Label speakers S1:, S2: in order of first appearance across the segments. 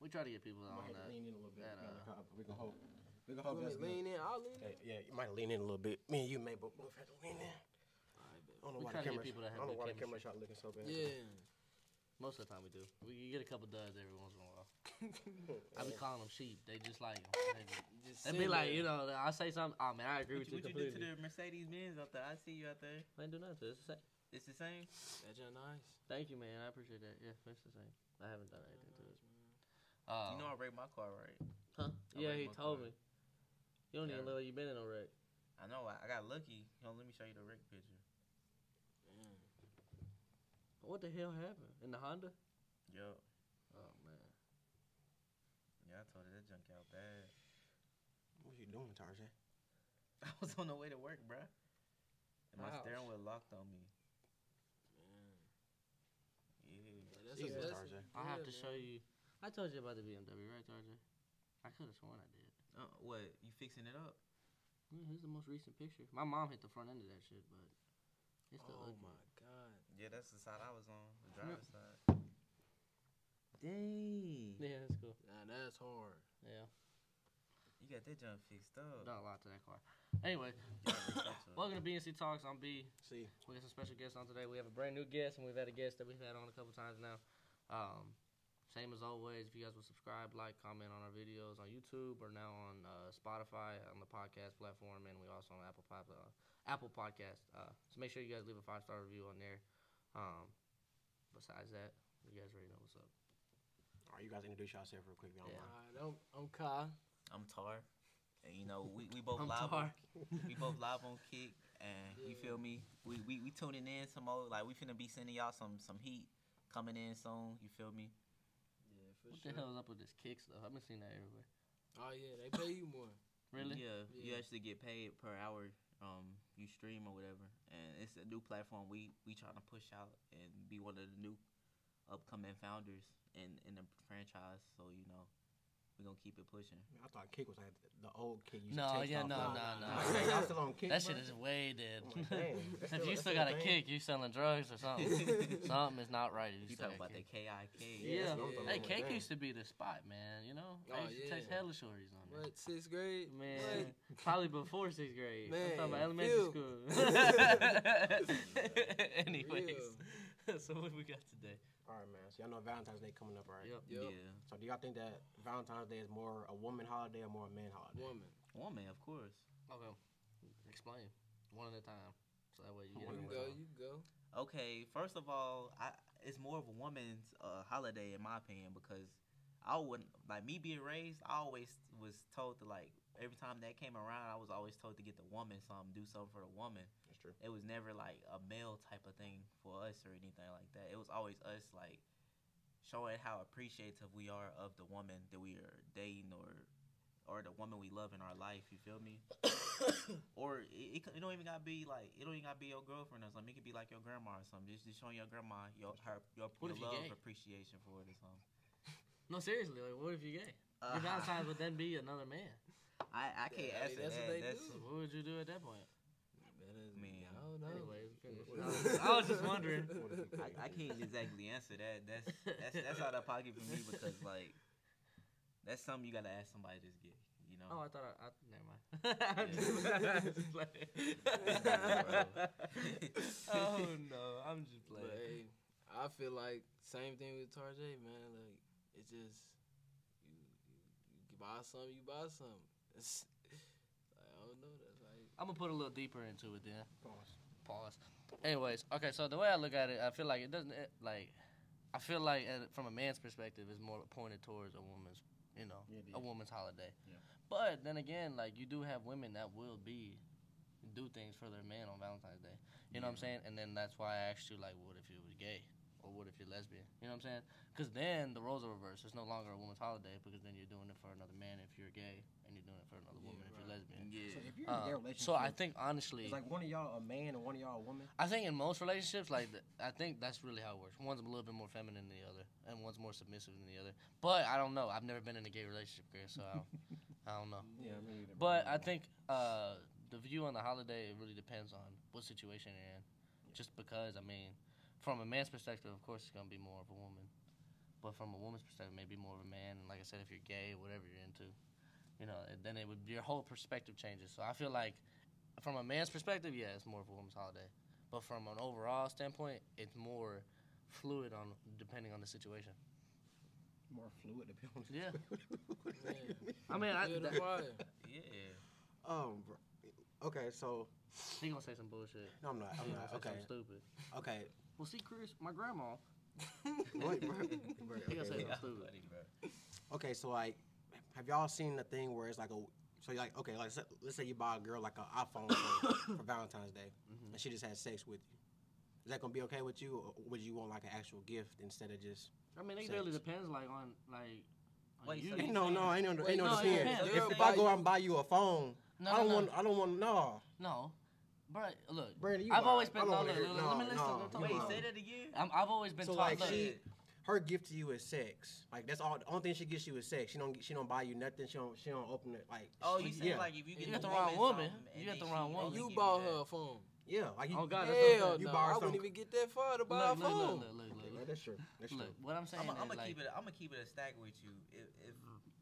S1: We try to get people
S2: I
S1: on
S2: might
S1: that.
S2: have to lean in a little bit.
S1: that, uh,
S2: Nah, we can hope. We can hope
S3: Let me
S2: that's good.
S3: lean in. I'll lean in.
S2: Hey, yeah, you might lean in a little bit. Me and you may both both have to lean in. I don't know
S1: We
S2: why
S1: try to
S2: the
S1: get
S2: camera.
S1: people that have
S2: I don't know
S1: good
S2: why the
S1: chemistry.
S2: camera shot looking so bad.
S3: Yeah.
S1: Most of the time we do. We you get a couple duds every once in a while. I be calling them sheep. They just like 'em. They be-
S3: Just
S1: They
S3: sit
S1: be like,
S3: there.
S1: you know, I say something. Oh man, I agree with
S4: What you,
S1: you
S4: what you do to
S1: completely.
S4: the Mercedes Benz out there? I see you out there.
S1: I ain't do nothing. It's the same.
S4: It's the same.
S3: That you nice.
S1: Thank you, man. I appreciate that. Yeah, it's the same. I haven't done anything to it. Uh,
S4: you know I rate my car right.
S1: huh?
S4: I
S1: Yeah,
S4: rate
S1: he
S4: my
S1: told
S4: car.
S1: me. You don't
S4: Yeah.
S1: even look like you've been in a wreck.
S4: I know I, I got lucky. Yo, let me show you the wreck picture.
S1: What the hell happened in the Honda?
S4: Yo,
S1: Oh man.
S4: yeah, I told you that junk out bad.
S2: What you doing, Tarzan?
S4: I was on the way to work, bruh. And my
S1: Ouch.
S4: steering wheel locked on me.
S3: Man.
S4: Yeah.
S3: That's
S2: Jesus,
S3: that's
S2: Tarzan.
S1: I have
S3: yeah,
S1: to
S3: man.
S1: show you. I told you about the BMW, right, RJ? I could have sworn I did.
S4: Uh, what? You fixing it up?
S1: Yeah, here's the most recent picture. My mom hit the front end of that shit, but it's still
S3: Oh
S1: ugly.
S3: my God.
S4: Yeah, that's the side I was on, the driver's side.
S1: Yeah,
S4: Dang.
S1: it's cool.
S3: Now that's hard.
S1: Yeah,
S4: You got that junk fixed up.
S1: done a lot to that car. Anyway,
S4: Yeah, that's what-
S1: welcome to BNC Talks. I'm B.
S2: See,
S1: We got some special guests on today. We have a brand new guest, and we've had a guest that we've had on a couple times now. Um, same as always, if you guys would subscribe, like, comment on our videos on YouTube or now on uh, Spotify on the podcast platform, and we also on Apple Pod, uh, Apple Podcast. Uh, so make sure you guys leave a five star review on there. Um, besides that, you guys already know what's up.
S2: all right, you guys introduce yourself real quick. if Y'all
S1: Yeah.
S2: yeah.
S3: All right, I'm, I'm Kai.
S4: I'm Tar. And you know, we, we both
S1: I'm
S4: live
S1: Tar.
S4: on we both live on kick and you
S3: Yeah.
S4: feel me? We, we we tuning in some more like we finna be sending y'all some some heat coming in soon, you feel me?
S3: Yeah, for
S1: What
S3: sure.
S1: the hell is up with this kick stuff? I've been seeing that everywhere.
S3: Oh yeah, they pay you more.
S1: Really?
S4: Yeah, you
S3: Yeah.
S4: actually get paid per hour um you stream or whatever. And it's a new platform we we trying to push out and be one of the new upcoming founders in in the franchise. So you know, we gonna keep it pushing.
S2: Man, I thought Kick was like the old Kick. you used to
S1: No,
S2: text
S1: yeah,
S2: off
S1: no,
S2: of.
S1: no, no.
S2: Like, hey, y'all still on Kick?
S1: That shit
S2: bro?
S1: is way dead.
S2: I'm like, dang, that's
S1: if
S2: still-
S1: you
S2: that's
S1: still got
S2: a
S1: a
S2: thing.
S1: kick, you selling drugs or something. something is not right. if You,
S4: You
S1: still
S4: talking
S1: got
S4: about the
S1: kick.
S4: KIK?
S1: Yeah.
S2: that's what I'm talking
S1: Hey,
S2: about.
S1: cake
S2: Dang.
S1: used to be the spot, man. You know, I
S3: Oh,
S1: used to
S3: yeah.
S1: text hella shorties on that.
S3: What sixth grade?
S1: Man, probably before sixth grade. I'm talking about
S3: Man,
S1: elementary
S3: phew.
S1: school. Anyways, so what we got today?
S2: All right, man. So y'all know Valentine's Day coming up, right?
S1: Yep.
S3: Yup.
S4: Yeah,
S2: So do y'all think that Valentine's Day is more a woman holiday or more a man holiday?
S3: Woman.
S4: woman, of course.
S1: Okay, explain one at a time, so that way you get
S2: One
S1: it.
S3: You
S1: all
S2: at a
S3: go.
S1: out.
S2: time.
S3: You go.
S4: Okay, first of all, I it's more of a woman's uh, holiday in my opinion because I wouldn't like me being raised. I always was told to like every time that came around, I was always told to get the woman something, do something for the woman.
S2: That's true.
S4: It was never like a male type of thing for us or anything like that. It was always us like showing how appreciative we are of the woman that we are dating or or the woman we love in our life. You feel me? or it, it, c- it don't even gotta be like it don't even gotta be your girlfriend or something. It could be like your grandma or something. Just, just showing your grandma your her your,
S1: What if
S4: your
S1: you
S4: love
S1: gay?
S4: appreciation for it or something.
S1: No, seriously, like, what if you gay? Your
S4: Uh,
S1: Valentine's would then be another man.
S4: I, I
S3: Yeah,
S4: can't
S3: I mean,
S4: answer
S3: that's what
S4: that.
S3: they
S4: that's
S3: do.
S1: So what would you do at that point?
S4: Man.
S3: I don't know.
S1: Anyway, finish.
S2: What-
S1: I was- I was just wondering.
S2: What if you-
S4: I, I can't exactly answer that. That's that's that's out of pocket for me because like that's something you gotta ask somebody that's gay. You know.
S1: Oh, I thought I, I never mind. I'm just- I'm just like- oh no, I'm just
S3: But hey,
S1: playing.
S3: I feel like same thing with Tarjay, man. Like it's just you, you, you buy something, you buy something. It's, I don't know. That's like
S1: I'm gonna put a little deeper into it then.
S2: Pause.
S1: Pause. Anyways, okay. So the way I look at it, I feel like it doesn't it, like. I feel like at, from a man's perspective, it's more pointed towards a woman's, you know,
S2: Yeah, it
S1: a
S2: is.
S1: woman's holiday.
S4: Yeah.
S1: But then again, like you do have women that will be do things for their man on Valentine's Day. You know what I'm saying? And then that's why I asked you like, what if you was gay? Or what if you're lesbian? You know what I'm saying? Because then the roles are reversed. It's no longer a woman's holiday because then you're doing it for another man if you're gay, and you're doing it for another woman if you're lesbian.
S4: yeah.
S2: So if you're in a gay
S1: Uh,
S2: relationship,
S1: so I think honestly,
S2: it's like one of y'all a man and one of y'all a woman.
S1: I think in most relationships, like th- I think that's really how it works. One's a little bit more feminine than the other, and one's more submissive than the other. But I don't know. I've never been in a gay relationship, Chris, so I don't, I don't know.
S2: Yeah, me either.
S1: But I think uh, the view on the holiday it really depends on what situation you're in. Just because, I mean, from a man's perspective, of course, it's gonna be more of a woman But from a woman's perspective, maybe more of a man. And like I said, if you're gay, whatever you're into, you know, it- then it would your whole perspective changes. So I feel like from a man's perspective, yeah, it's more of a woman's holiday. But from an overall standpoint, it's more fluid on depending on the situation.
S2: More fluid to be
S1: Yeah.
S2: honest.
S1: I mean, I,
S3: Feel the
S1: that,
S3: fire.
S4: Yeah.
S2: Um. bro. Okay, so
S1: he gonna say some bullshit.
S2: no, I'm not.
S1: She
S2: I'm
S1: gonna
S2: not.
S1: say
S2: Okay.
S1: something stupid.
S2: Okay.
S1: Well, see, Chris, my grandma.
S2: Wait, bro. Bro,
S1: He gonna
S2: okay,
S1: say
S2: wait.
S1: something stupid.
S4: Funny, bro.
S2: Okay, so like, have y'all seen the thing where it's like a so you're like okay, like let's say- let's say you buy a girl like an iPhone for, for Valentine's Day,
S1: Mhm.
S2: and she just had sex with you. Is that gonna be okay with you, or would you want like an actual gift instead of just?
S1: I mean, it
S2: Sex.
S1: really depends, like on like. On
S4: Wait, so
S1: you.
S4: you
S2: Ain't no, no, ain't no,
S3: Wait,
S2: ain't no,
S1: no, it
S2: depend.
S1: depends.
S2: If,
S3: Girl
S2: if I
S3: buy
S2: go
S3: you-
S2: out and buy you a phone,
S1: no,
S2: I don't
S1: no,
S2: want, I don't want, no.
S1: no, but look,
S2: Brandon, you
S1: I've
S2: lying.
S1: always been
S2: I don't
S1: no,
S2: wanna
S1: look,
S2: hear-
S1: look, let me listen, let me talk
S2: you
S4: Wait,
S1: about
S2: lying.
S4: say that again.
S1: I'm, I've always been
S2: So
S1: taught.
S2: like
S1: look,
S2: she, her gift to you is sex. Like that's all. The only thing she gets you is sex. She don't. get- She don't buy you nothing. She don't. She don't open it. Like
S4: Oh,
S2: she,
S4: you
S2: yeah,
S4: saying like if you get
S1: got
S4: the
S1: the wrong woman. You
S4: something and
S1: got
S4: then
S1: the
S4: she
S1: wrong woman.
S4: only
S1: You
S4: give
S3: You bought
S4: that.
S3: her a phone.
S2: yeah. Like you,
S1: Oh, God, that's what I'm
S3: Hell
S1: saying.
S2: you
S3: no!
S2: buy her
S3: I
S2: some-
S3: wouldn't even get that far to
S1: look,
S3: buy a
S1: look, look,
S3: phone.
S1: look, look, look,
S2: Yeah, yeah,
S1: look.
S2: that's true. That's true.
S1: Look, what I'm saying
S4: I'm,
S1: is
S4: gonna
S1: like,
S4: keep it. I'm gonna keep it a stack with you. If if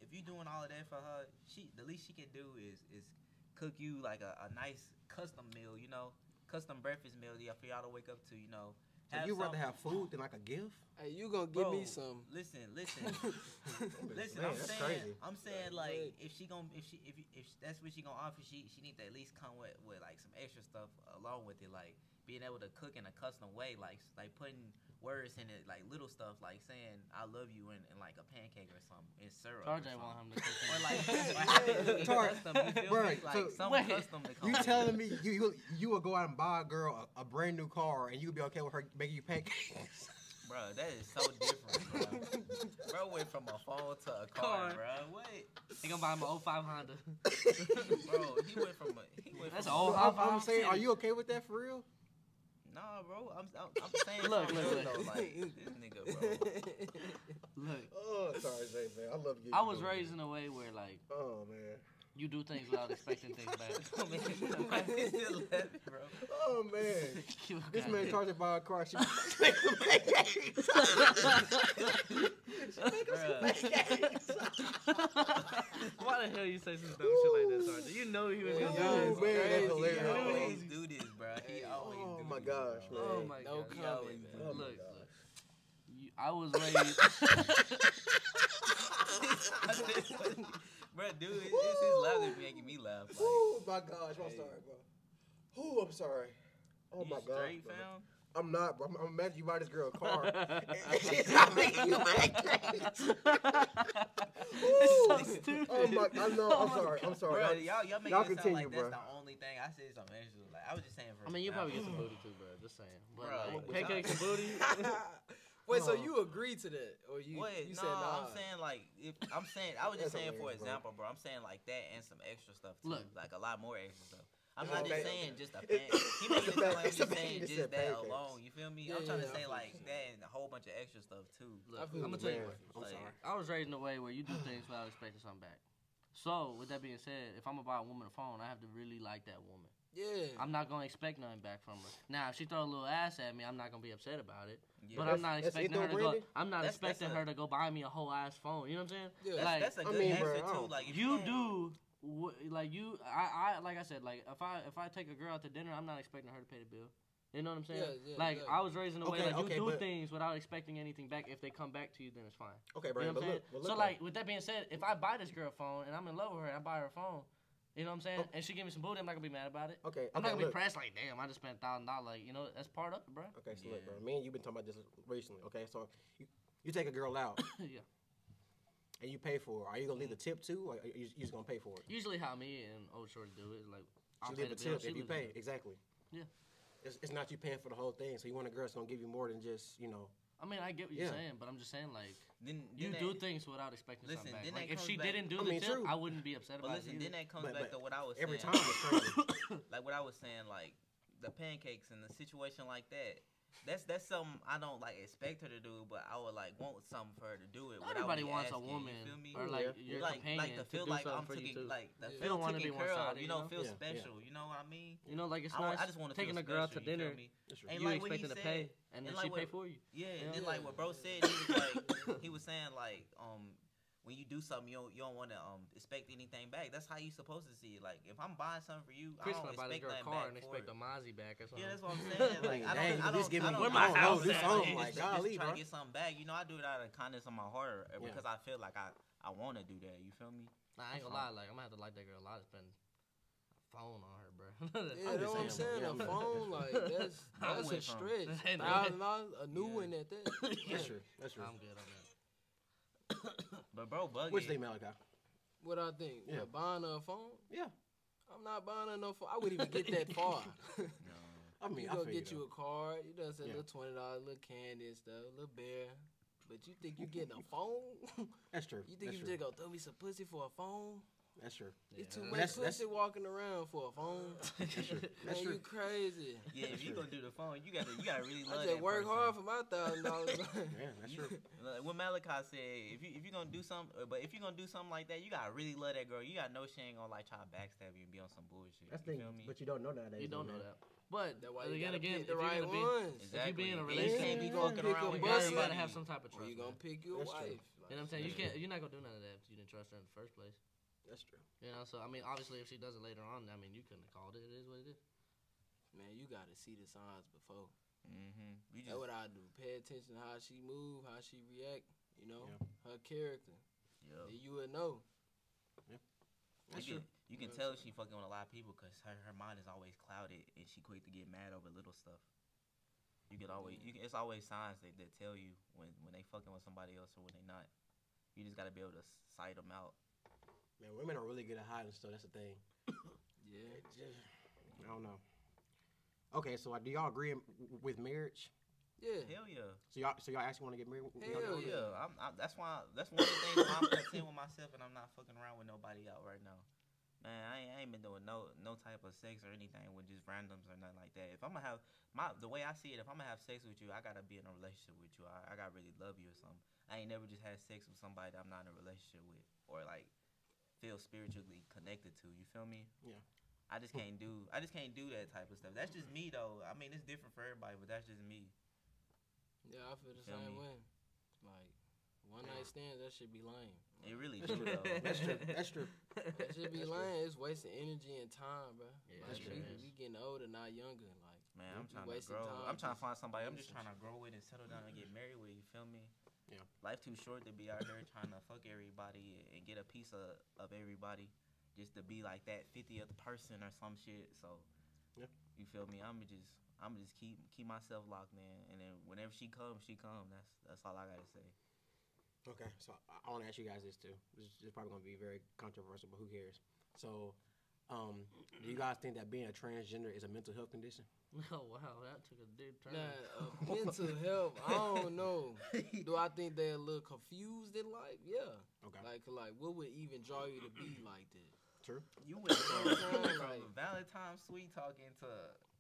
S4: if you doing all of that for her, she the least she can do is is cook you like a, a nice custom meal. You know, custom breakfast meal that for y'all to wake up to. You know,
S2: So you rather
S4: some-
S2: have food than like a gift?
S3: Hey, you gonna give
S4: Bro,
S3: me some?
S4: Listen, listen, listen.
S2: Man,
S4: I'm
S2: that's
S4: saying,
S2: crazy.
S4: I'm saying
S3: Like,
S4: like
S3: what?
S4: if she gon' if she if you- if that's what she gonna offer, she she need to at least come with with like some extra stuff along with it, like being able to cook in a custom way, like s- like putting words in it, like little stuff, like saying I love you in, in like a pancake or something, in syrup. or
S1: RJ
S4: something.
S1: want him to. cook
S4: or
S1: for
S4: like,
S1: me.
S4: or have it be
S2: Tar-
S4: custom, you feel
S2: Bruh,
S4: me? Like
S2: so-
S4: some
S1: Wait.
S4: custom to come
S2: You
S4: with it.
S2: telling me you you you will go out and buy a girl a, a brand new car and you would be okay with her making you pancakes?
S4: Bro, that is so
S1: Oh,
S4: different, bro. bro went from a phone to a car,
S1: Car.
S4: bro. What?
S1: He gonna buy him an 05 Honda.
S4: Bro, he went from a. He went
S1: That's
S4: from
S1: all.
S2: So
S1: Oh,
S2: I'm,
S1: I'm-
S2: I'm saying, are
S1: I'm
S2: you okay with that for real?
S4: Nah, bro. I'm, I'm, I'm saying
S1: Look,
S4: something
S1: look,
S4: though,
S1: look.
S4: Like, this nigga, bro.
S1: Look,
S2: Oh, sorry, Zay, man. I love you.
S1: I was raised in a way where like
S2: Oh man.
S1: you do things without expecting things back.
S4: Come in. Why is he still laughing, bro?
S2: Oh man.
S1: You
S2: This
S1: got
S2: man
S1: it.
S2: charged to buy a car. She make some pancakes.
S1: Why the hell you say some dumb shit like that, Sergeant? You know he was
S3: Yeah,
S1: gonna
S3: yeah,
S1: do
S2: Oh
S1: this.
S2: man, that's
S3: Crazy,
S4: He
S2: hilarious.
S3: yo.
S4: always
S2: bro.
S4: do this, bro. He always
S2: Oh,
S4: do
S2: my
S4: this,
S2: gosh,
S4: bro.
S1: Oh
S2: man.
S1: my
S3: No
S1: god.
S4: He
S3: comment,
S4: always
S3: man.
S4: do
S2: Oh
S4: this.
S2: my
S1: Look,
S2: gosh.
S1: You, I was raised.
S4: bro, dude, it's, it's his laugh that's making me laugh. Like,
S2: Oh my gosh, I'm
S4: Hey.
S2: sorry, bro. Ooh, I'm sorry. Oh
S4: you
S2: my god.
S4: straight, fam?
S2: I'm not, bro. I'm, I'm mad you buy this girl a car. She's not making you pancakes.
S1: It's so
S2: Ooh.
S1: stupid.
S2: Oh my, I know.
S1: Oh
S2: I'm
S1: my
S2: sorry. I'm sorry.
S4: Bro,
S2: I'm-
S4: y'all, y'all make
S2: y'all
S4: it sound
S2: continue,
S4: like
S2: bro.
S4: that's the only thing. I said something extra. Like, I was just saying for
S1: I mean, you
S4: example.
S1: probably get some booty too, bro. Just saying. But
S4: Bruh,
S1: like,
S4: what-
S1: pancakes and booty.
S3: Wait, so
S2: No.
S3: you agree to that, or you
S4: What?
S3: you
S4: no,
S3: said nah?
S4: I'm saying like if I'm saying I was just
S2: That's
S4: saying for
S2: hilarious, bro.
S4: example, bro. I'm saying like that and some extra stuff too,
S1: Look.
S4: like a lot more extra stuff. I'm
S2: It's
S4: not
S2: a
S4: just
S2: ba-
S4: saying just a
S2: it-
S4: fan. He
S2: it's a
S4: made it sound
S2: ba-
S4: like I'm
S2: it's a
S4: just
S2: ba-
S4: saying
S2: it's a
S4: just that
S2: pancakes.
S4: alone. You feel me?
S3: Yeah,
S4: I'm
S3: yeah,
S4: trying to
S3: I
S4: say
S3: feel
S4: like
S3: you.
S4: that and a whole bunch of extra stuff too.
S1: Look,
S3: feel
S1: I'm gonna
S3: you,
S1: tell you
S2: man.
S1: what.
S2: I'm
S1: like,
S2: sorry.
S1: I was raised in a way where you do things without expecting something back. So, with that being said, if I'm gonna buy a woman a phone, I have to really like that woman.
S3: yeah.
S1: I'm not gonna expect nothing back from her. Now, if she throw a little ass at me, I'm not gonna be upset about it.
S4: Yeah.
S1: But
S2: That's-
S1: I'm not
S2: that's it
S1: expecting her to
S2: though,
S1: go.
S2: Brandon?
S1: I'm not
S4: That's- that's
S1: expecting
S4: a-
S1: her to go buy me a whole ass phone. You know what I'm saying?
S3: yeah.
S4: that's,
S1: like-
S4: that's a
S2: I
S4: good
S2: mean,
S4: answer
S2: bro, I
S4: too.
S2: don't-
S4: Like if
S1: you
S4: don't-
S1: do wh- like you I, I like I said like if I if I take a girl out to dinner I'm not expecting her to pay the bill. You know what I'm saying?
S3: Yeah, yeah,
S1: like
S3: exactly.
S1: I was raised in a way
S2: Okay,
S1: like you
S2: okay,
S1: do
S2: but-
S1: things without expecting anything back. If they come back to you, then it's fine.
S2: Okay,
S1: You know what I'm
S2: Brandon, but
S1: saying?
S2: look, but look.
S1: so
S2: though.
S1: like with that being said, if I buy this girl a phone and I'm in love with her and I buy her a phone, you know what I'm saying?
S2: Oh.
S1: And she give me some booty, I'm not gonna be mad about it.
S2: okay,
S1: I'm not
S2: okay,
S1: gonna be
S2: look.
S1: pressed like damn I just spent thousand dollars. Like you know that's part of it, bro.
S2: Okay, so look,
S4: Yeah.
S2: bro. Me and you been talking about this recently. Okay, so you, you take a girl out
S1: yeah.
S2: and you pay for her. Are you gonna leave the tip too, or are you, you just gonna pay for it?
S1: Usually how me and old shorty do it is like I'll
S2: You
S1: pay
S2: leave
S1: the
S2: the
S1: bill.
S2: tip
S1: she
S2: if you
S1: leaves the
S2: pay.
S1: bill.
S2: Exactly.
S1: Yeah.
S2: It's, it's not you paying for the whole thing. So you want a girl that's gonna give you more than just you know.
S1: I mean I get what you're
S2: Yeah.
S1: saying, but I'm just saying like.
S4: then,
S1: You
S4: then that-
S1: do things without expecting
S4: Listen,
S1: something
S4: then
S1: back.
S4: that
S1: Like if
S4: comes
S1: she
S4: back-
S1: didn't do
S2: I
S1: the
S2: mean,
S1: tip,
S2: true.
S1: I wouldn't be upset
S4: But
S1: about
S4: listen,
S1: it.
S4: then
S1: either.
S4: that comes
S2: But-
S4: back
S2: but
S4: to what I was
S2: every
S4: saying.
S2: time it's crazy.
S4: like what I was saying, like the pancakes and the situation like that. That's that's something I don't like expect her to do, but I would like want something for her to do it.
S1: Not
S4: without
S1: everybody
S4: me
S1: wants a
S4: asking,
S1: woman
S4: You feel me?
S1: or like
S2: Yeah.
S1: your
S4: like
S1: companion
S4: like to feel
S1: do
S4: like
S1: something
S4: I'm
S1: for you
S4: taking
S1: too.
S4: like the
S3: Yeah. You
S4: feel
S1: don't wanna
S4: taking
S1: be
S4: care of.
S1: one-sided,
S4: You
S1: you
S4: know,
S1: know?
S4: feel
S2: Yeah, yeah.
S4: special. You know what I mean?
S1: You know, like it's
S4: I, wa-
S1: nice
S4: I just want to
S1: taking
S4: feel
S1: a girl to
S4: special, you feel
S1: dinner
S4: me?
S2: That's
S4: And
S1: you
S4: like what he
S1: expecting to
S4: said-
S1: pay, and then
S4: and
S1: she
S4: like
S1: pay
S4: what-
S1: for you.
S4: Yeah, and
S1: Yeah.
S4: then like what bro said,
S3: Yeah.
S4: he was like he when you do something, you don't, you don't want to um expect anything back. That's how you supposed to see it. Like if I'm buying something for you,
S1: Chris
S4: I don't
S1: gonna buy this
S4: expect
S1: girl a car
S4: nothing back
S1: and
S4: for
S1: expect
S4: it.
S1: a Mozzie back or something.
S4: Yeah, that's what I'm saying. Like, I
S2: Dang,
S4: don't, I
S2: this
S4: don't,
S2: giving
S4: I
S2: me-
S4: don't,
S1: Where my
S4: I don't
S1: house
S4: do
S1: at?
S4: that.
S1: Oh,
S2: my
S4: just,
S2: golly,
S4: just trying
S2: bro.
S4: to get something back. You know, I do it out of the kindness of my heart
S2: Yeah.
S4: or because I feel like I, I want to do that. You feel me?
S1: Nah, I ain't gonna lie, like I'm gonna have to like that girl a lot to spend a phone on her, bro.
S3: Yeah, that's
S2: I'm just
S3: what I'm saying.
S2: saying,
S3: A
S2: yeah, I'm-
S3: phone, like that's
S4: I
S3: that's a
S4: went from-
S3: stretch.
S1: Ain't no way.
S3: Thousand dollars, a new
S4: Yeah.
S3: one at that.
S2: That's true. That's true.
S1: I'm good on that.
S4: But bro, bug
S2: What's
S4: it.
S2: the Malachi?
S3: What I think?
S2: Yeah.
S3: What, buying her a phone?
S2: Yeah.
S3: I'm not buying her no phone. I wouldn't even get that far.
S4: No.
S2: I mean,
S3: you
S2: I
S3: go
S2: feel
S3: get you
S2: you.
S3: a card. You know, say
S2: Yeah.
S3: little twenty dollars, little candy and stuff, little beer. But you think you getting a phone?
S2: though. That's true.
S3: you think
S2: That's
S3: you
S2: true.
S3: just gonna throw me some pussy for a phone?
S2: That's true.
S3: It's too
S1: Yeah, that's-
S3: much
S2: That's-
S3: pussy
S2: that's-
S3: walking around for a phone. Man,
S2: That's
S3: you
S2: true.
S3: crazy.
S4: Yeah, if you gonna do the phone, you gotta you gotta really love
S3: I
S4: that
S3: just work
S4: person.
S3: hard for my thousand dollars.
S2: Yeah, that's
S4: You-
S2: true.
S4: like What Malachi said, if you if you gonna do something, uh, but if you gonna do something like that, you gotta really love that girl. You gotta know she ain't gonna like try to backstab you and be on some bullshit.
S2: That's
S4: you
S2: the thing,
S4: feel me?
S2: but you don't know nowadays.
S1: You don't
S2: though,
S1: know
S2: man.
S1: that. But
S3: That's why you gotta
S1: again, again,
S3: pick
S1: if
S3: the
S1: you're
S3: right
S1: gonna be,
S3: ones.
S4: exactly.
S1: be in a
S4: And
S1: relationship,
S4: you can't be
S2: you gotta
S4: fucking
S2: pick
S3: a
S4: around with
S1: you gotta,
S3: bus
S1: you
S4: everybody.
S1: gotta have some type of
S3: Or
S1: trust.
S3: you
S1: man.
S3: gonna pick your
S2: That's
S3: wife.
S1: You
S2: true.
S1: know what I'm
S3: Like,
S1: saying? You
S2: Yeah.
S1: can't. You're not gonna do none of that if you didn't trust her in the first place.
S2: That's true.
S1: You know. So I mean, obviously, if she does it later on, I mean, you couldn't have called it. It is what it is.
S3: Man, you gotta see the signs before.
S4: Mm-hmm. You
S3: That's what
S4: just,
S3: I do. Pay attention to how she move, how she react. You know,
S2: Yeah.
S3: her character.
S4: yeah.
S3: Then you would know.
S2: That's
S4: you
S2: true.
S4: can, you can
S3: Yeah,
S4: tell she fucking with a lot of people because her, her mind is always clouded and she quick to get mad over little stuff. You can always you can, it's always signs that, that tell you when when they fucking with somebody else or when they not. You just gotta be able to sight them out.
S2: Man, women are really good at hiding stuff. That's the thing.
S3: Yeah.
S2: It just- I don't know. Okay, so like, do y'all agree w- with marriage?
S3: Yeah.
S4: Hell yeah.
S2: So y'all, so y'all actually want to get married? Y'all
S3: Hell
S2: do?
S4: Hell
S3: yeah.
S4: yeah. I'm, I'm, that's why that's one of the things why I'm content with myself and I'm not fucking around with nobody out right now. Man, I ain't, I ain't been doing no no type of sex or anything with just randoms or nothing like that. If I'm gonna have my the way I see it, if I'm gonna have sex with you, I gotta be in a relationship with you. I, I gotta really love you or something. I ain't never just had sex with somebody that I'm not in a relationship with or like feel spiritually connected to. You feel me?
S2: Yeah.
S4: I just can't do I just can't do that type of stuff. That's just me though. I mean, it's different for everybody, but that's just me.
S3: Yeah, I feel the
S4: Feel
S3: same
S4: me?
S3: way. Like one night stands, that should be lame.
S4: It really do though.
S2: That's true. That's true.
S3: That should be
S2: That's true.
S3: lame. It's wasting energy and time, bro.
S1: Yeah,
S3: like,
S2: that's
S3: we,
S2: true.
S3: we getting older, not younger. Like
S4: Man,
S2: Yeah,
S4: I'm
S3: you
S4: trying to
S3: wasting
S4: grow.
S3: time
S4: I'm trying to
S3: just
S4: find somebody. I'm
S3: doing
S4: just Mm-hmm.
S3: some
S4: trying to grow with and settle down and get married with. You feel me?
S2: Yeah.
S4: Life too short to be out here trying to fuck everybody and get a piece of, of everybody, just to be like that 50th person or some shit. So,
S2: Yeah.
S4: you feel me? I'm just I'm just keep keep myself locked in, and then whenever she comes, she comes. That's that's all I gotta say.
S2: Okay, so I- I want to ask you guys this too. This is probably going to be very controversial, but who cares? So, um, do you guys think that being a transgender is a mental health condition?
S1: Oh wow, that took a big turn.
S3: Nah, uh, mental health. I don't know. Do I think they're a little confused in life? Yeah.
S2: Okay,
S3: Like, like, what would even draw you to be like that?
S2: true.
S4: You went from,
S3: I'm
S4: you went
S3: saying,
S4: from Valentine's sweet talking to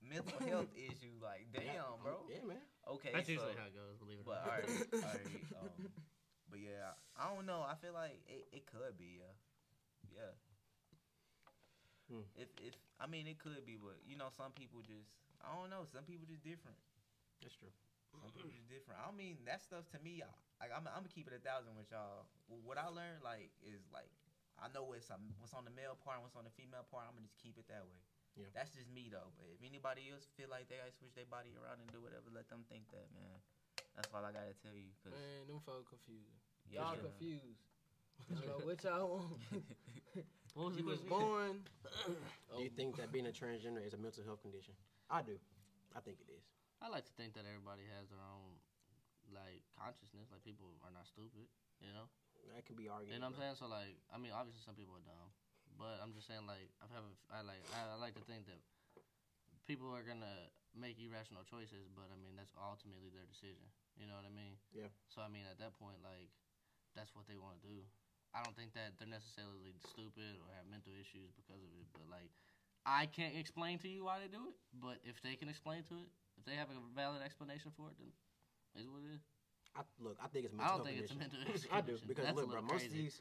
S4: mental health issue. Like,
S2: Yeah,
S4: damn,
S2: I'm-
S4: bro.
S2: Yeah, man.
S4: Okay,
S1: That's
S4: so-
S1: usually how it goes. Believe it.
S4: But
S1: or
S4: all
S1: not.
S4: right, all right. Um, but yeah, I don't know. I feel like it, it could be. Yeah, yeah.
S2: Hmm.
S4: If if I mean it could be, but you know, some people just I don't know. Some people just different.
S2: That's true.
S4: Some people just different. I mean that stuff to me. I, like I'm I'm gonna keep it a thousand with y'all. Wh- What I learned like is like I know what's on what's on the male part and what's on the female part. I'm gonna just keep it that way.
S2: Yeah.
S4: That's just me though. But if anybody else feel like they gotta switch their body around and do whatever, let them think that man. That's all I gotta tell you. 'cause
S3: Man, them folk confused.
S4: y'all
S3: Y'all
S4: can-
S3: confused. I don't know what y'all want.
S1: What was
S3: You
S1: the
S3: was
S1: question?
S3: born.
S2: Do you
S3: Oh,
S2: think that being a transgender is a mental health condition? I do. I think it is.
S1: I like to think that everybody has their own like consciousness. Like people are not stupid. You know.
S2: That can be argued.
S1: You know what
S2: bro.
S1: I'm saying? So like, I mean, obviously some people are dumb, but I'm just saying like, I've have a, I like I, I like to think that people are gonna make irrational choices, but I mean that's ultimately their decision. You know what I mean?
S2: Yeah.
S1: So I mean, at that point, like, that's what they want to do. I don't think that they're necessarily stupid or have mental issues because of it, but like, I can't explain to you why they do it. But if they can explain to it, if they have a valid explanation for it, then is what it is.
S2: I, look, I think it's a
S1: I
S2: mental
S1: don't
S2: health
S1: think it's a mental
S2: condition.
S1: health
S2: I do
S1: condition.
S2: because
S1: That's a
S2: look, bro.
S1: little
S2: Most of
S1: crazy.
S2: these,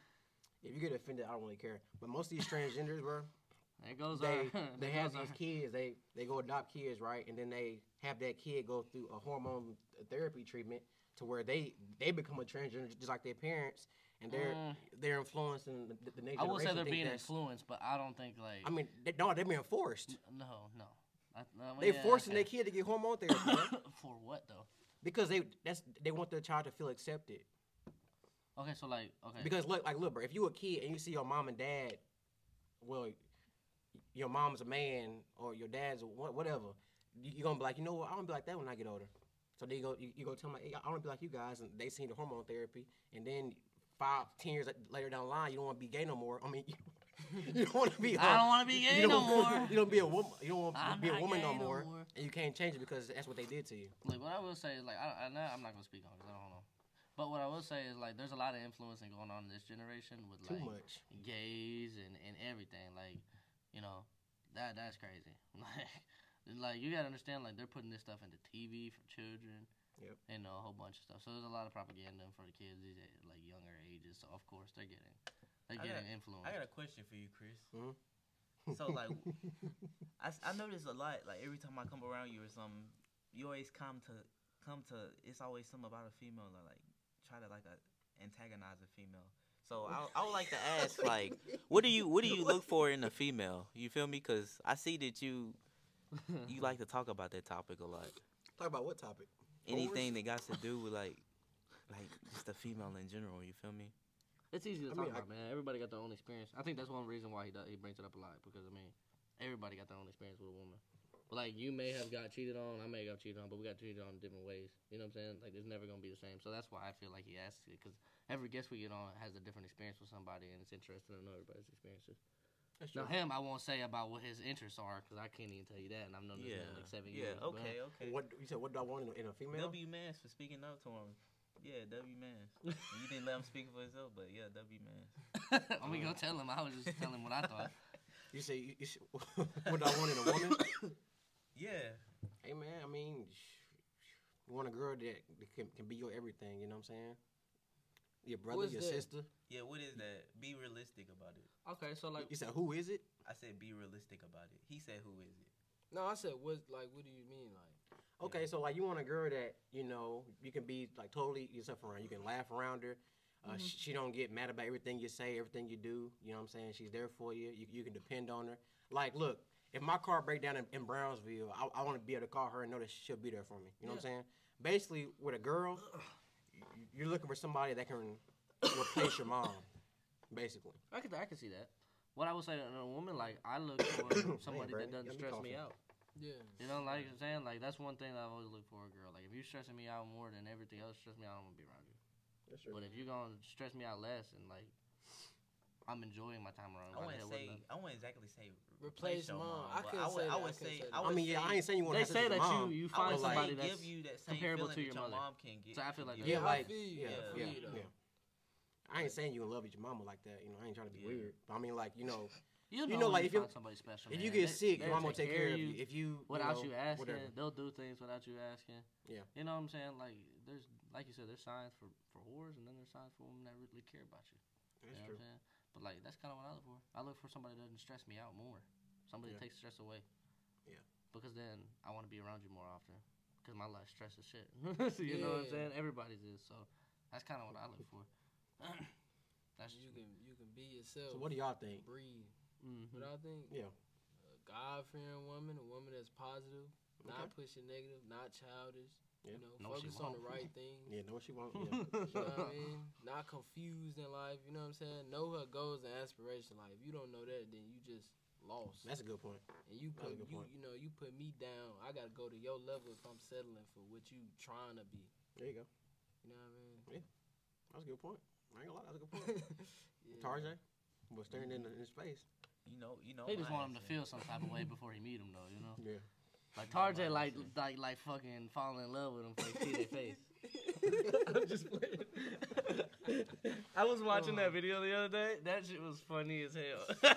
S2: if you get offended, I don't really care. But most of these transgenders, bro,
S1: There goes our.
S2: they they
S1: there
S2: have
S1: goes our-
S2: these kids. They they go adopt kids, right? And then they have that kid go through a hormone therapy treatment to where they they become a transgender just like their parents, and they're
S1: Mm.
S2: they're influencing the, the next
S1: I will say
S2: generation
S1: they're
S2: think
S1: being
S2: that's-
S1: influenced, but I don't think like.
S2: I mean, they, no, they're being forced.
S1: no, no. I, no
S2: They're
S1: Oh, yeah,
S2: forcing
S1: okay.
S2: their kid to get hormone therapy bro,
S1: for what though?
S2: because they that's they want their child to feel accepted.
S1: Okay, so like okay.
S2: Because look, like look, bro, if you a kid and you see your mom and dad, well, your mom's a man or your dad's a wha- whatever, you, you're gonna be like, you know what? I wanna be like that when I get older. So then you go, you, you go tell my, hey, I wanna be like you guys, and they seen the hormone therapy, and then five, ten years later down the line, you don't wanna be gay no more. I mean, you, you don't wanna be.
S1: I
S2: a-
S1: don't wanna be
S2: you
S1: gay
S2: don't
S1: no
S2: wanna-
S1: more.
S2: You don't be a woman. You don't wanna
S1: I'm
S2: be a
S1: not
S2: woman no
S1: gay no
S2: more,
S1: more.
S2: and you can't change it because that's what they did to you.
S1: Like what I will say is like I, I nah, I'm not gonna speak on because I don't know. But what I will say is like there's a lot of influencing going on in this generation with
S2: Too
S1: like
S2: much.
S1: gays and, and everything. Like you know that that's crazy. Like like you gotta understand like they're putting this stuff into TV for children.
S2: Yep.
S1: And a whole bunch of stuff. So there's a lot of propaganda for the kids these a- like younger ages. So of course they're getting they're
S4: I got-
S1: getting
S4: I
S1: influenced.
S4: got a question for you, Chris.
S2: Mhm.
S4: So like, I, s- I notice a lot. Like every time I come around you or something, you always come to come to. It's always something about a female or like try to like uh antagonize a female. So I, I would like to ask like, what do you what do you look for in a female? You feel me? Cause I see that you you like to talk about that topic a lot.
S2: Talk about what topic?
S4: Anything that got to do with like like just a female in general. You feel me?
S1: It's easy to
S2: I
S1: talk
S2: mean, I-
S1: about, man. Everybody got their own experience. I think that's one reason why he does, he brings it up a lot because I mean, everybody got their own experience with a woman. But like you may have got cheated on, I may have got cheated on, but we got cheated on in different ways. You know what I'm saying? Like it's never gonna be the same. So that's why I feel like he asks it because every guest we get on has a different experience with somebody, and it's interesting to know everybody's experiences.
S2: That's true.
S1: Now him, I won't say about what his interests are because I can't even tell you that, and I've known this
S4: Yeah.
S1: man like seven years.
S4: Yeah.
S1: but-
S4: Okay. Okay.
S2: What you said? What do I want in a, in a female?
S4: W Mans for speaking up to him. Yeah, W Mans. you didn't let him speak for himself, but yeah, W Mans.
S1: I'm gonna go tell him. I was just telling him what I thought.
S2: You say you, you should, what do I want in a woman?
S4: Yeah.
S2: hey man, I mean, you want a girl that that can, can be your everything. You know what I'm saying? Your brother,
S1: is
S2: your
S1: that?
S2: sister.
S4: Yeah, what is that? Be realistic about it.
S1: Okay, so like
S2: you said who is it?
S4: I said be realistic about it. He said who is it?
S3: No, I said what? Like, what do you mean? Like,
S2: Okay, so like you want a girl that you know you can be like totally yourself around. You can laugh around her. Uh,
S1: Mm-hmm.
S2: sh- she, don't get mad about everything you say, everything you do. You know what I'm saying? She's there for you. You, you can depend on her. Like, look, if my car break down in, in Brownsville, I, I want to be able to call her and know that she'll be there for me. You know what I'm saying? Basically, with a girl, y- you're looking for somebody that can replace your mom. Basically,
S1: I could I could see that. What I would say to a woman, like I look for somebody that
S2: Brandon,
S1: doesn't
S2: let me
S1: stress
S2: cough
S1: me
S2: in.
S1: out.
S3: yeah,
S1: You know, like I'm saying, like that's one thing that I've always looked for a girl. Like if you're stressing me out more than everything else, stress me out, I'm gonna be around you.
S2: that's true.
S1: But if you're gonna stress me out less and like I'm enjoying my time around you,
S4: I
S1: I'd
S4: wouldn't
S1: hit with
S4: say.
S1: nothing.
S4: I wouldn't exactly say
S3: Replace
S4: your
S3: mom. I
S4: but
S3: couldn't
S4: would,
S3: say
S4: I
S3: that, I couldn't
S4: would say.
S3: say
S4: I,
S3: that.
S2: I
S4: would
S2: mean, yeah,
S4: say,
S2: I ain't saying you want.
S1: they
S2: to
S1: say that
S2: mom.
S1: you you
S4: I
S1: find
S4: would say
S1: somebody
S4: give
S1: that's
S4: you that same
S1: comparable
S4: feeling
S1: to
S4: that
S1: your
S4: your
S1: mother.
S4: mom can get.
S1: So I feel like
S4: you
S1: that-
S2: Yeah,
S1: Yeah,
S3: I
S2: like
S3: feel you.
S2: yeah,
S4: I
S2: yeah,
S3: feel you, though.
S2: yeah. I ain't saying you in love with your mama like that. You know, I ain't trying to be
S4: Yeah.
S2: weird. But I mean, like you know,
S1: you know,
S2: know, like,
S1: when you
S2: if you-
S1: find somebody special.
S2: if
S1: man.
S2: you
S1: They-
S2: get sick,
S1: they'll
S2: your mama will take care of you. If you
S1: without you,
S2: know,
S1: asking.
S2: whatever.
S1: They'll do things without you asking.
S2: Yeah.
S1: You know what I'm saying? Like there's like you said, there's signs for for whores, and then there's signs for women that really care about you. you
S2: That's
S1: know what
S2: true.
S1: I'm saying? But like that's kind of what I look for. I look for somebody that doesn't stress me out more. Somebody
S2: Yeah.
S1: that takes stress away.
S2: Yeah.
S1: Because then I want to be around you more often. Because my life stress is shit. So you know what I'm
S3: Yeah.
S1: saying? Everybody's is. So that's kind of what I look for. that's
S3: you can you can be yourself.
S2: So what do y'all think? Mm-hmm.
S3: breathe?
S1: Mhm.
S3: But I think
S2: Yeah.
S3: a God fearing woman, a woman that's positive,
S2: Okay.
S3: not pushing negative, not childish.
S2: Yeah.
S3: You know,
S1: No, she
S3: focus on the
S1: won't.
S3: right things.
S2: Yeah, know what she wants. Yeah.
S3: You know what I mean? Not confused in life. You know what I'm saying? Know her goals and aspirations. Like if you don't know that, then you just lost.
S2: That's a good point.
S3: and you
S2: that's a
S3: put
S2: good
S3: you
S2: point.
S3: you know you put me down. I gotta go to your level if I'm settling for what you trying to be.
S2: There you go.
S3: You know what I mean?
S2: That's a good point. I ain't gonna lie, that's a good point.
S3: Yeah.
S2: Tarjay was staring in, in his face.
S4: You know. You know.
S1: They just
S4: my
S1: want him to
S4: answer.
S1: feel some type of way before he meet him, though. You know,
S2: Yeah.
S1: like
S4: No, mine
S1: Tarjay, like
S4: too.
S1: like like fucking falling in love with him for he see their face.
S2: I'm just playing.
S1: I was watching that video the other day. That shit was funny as hell.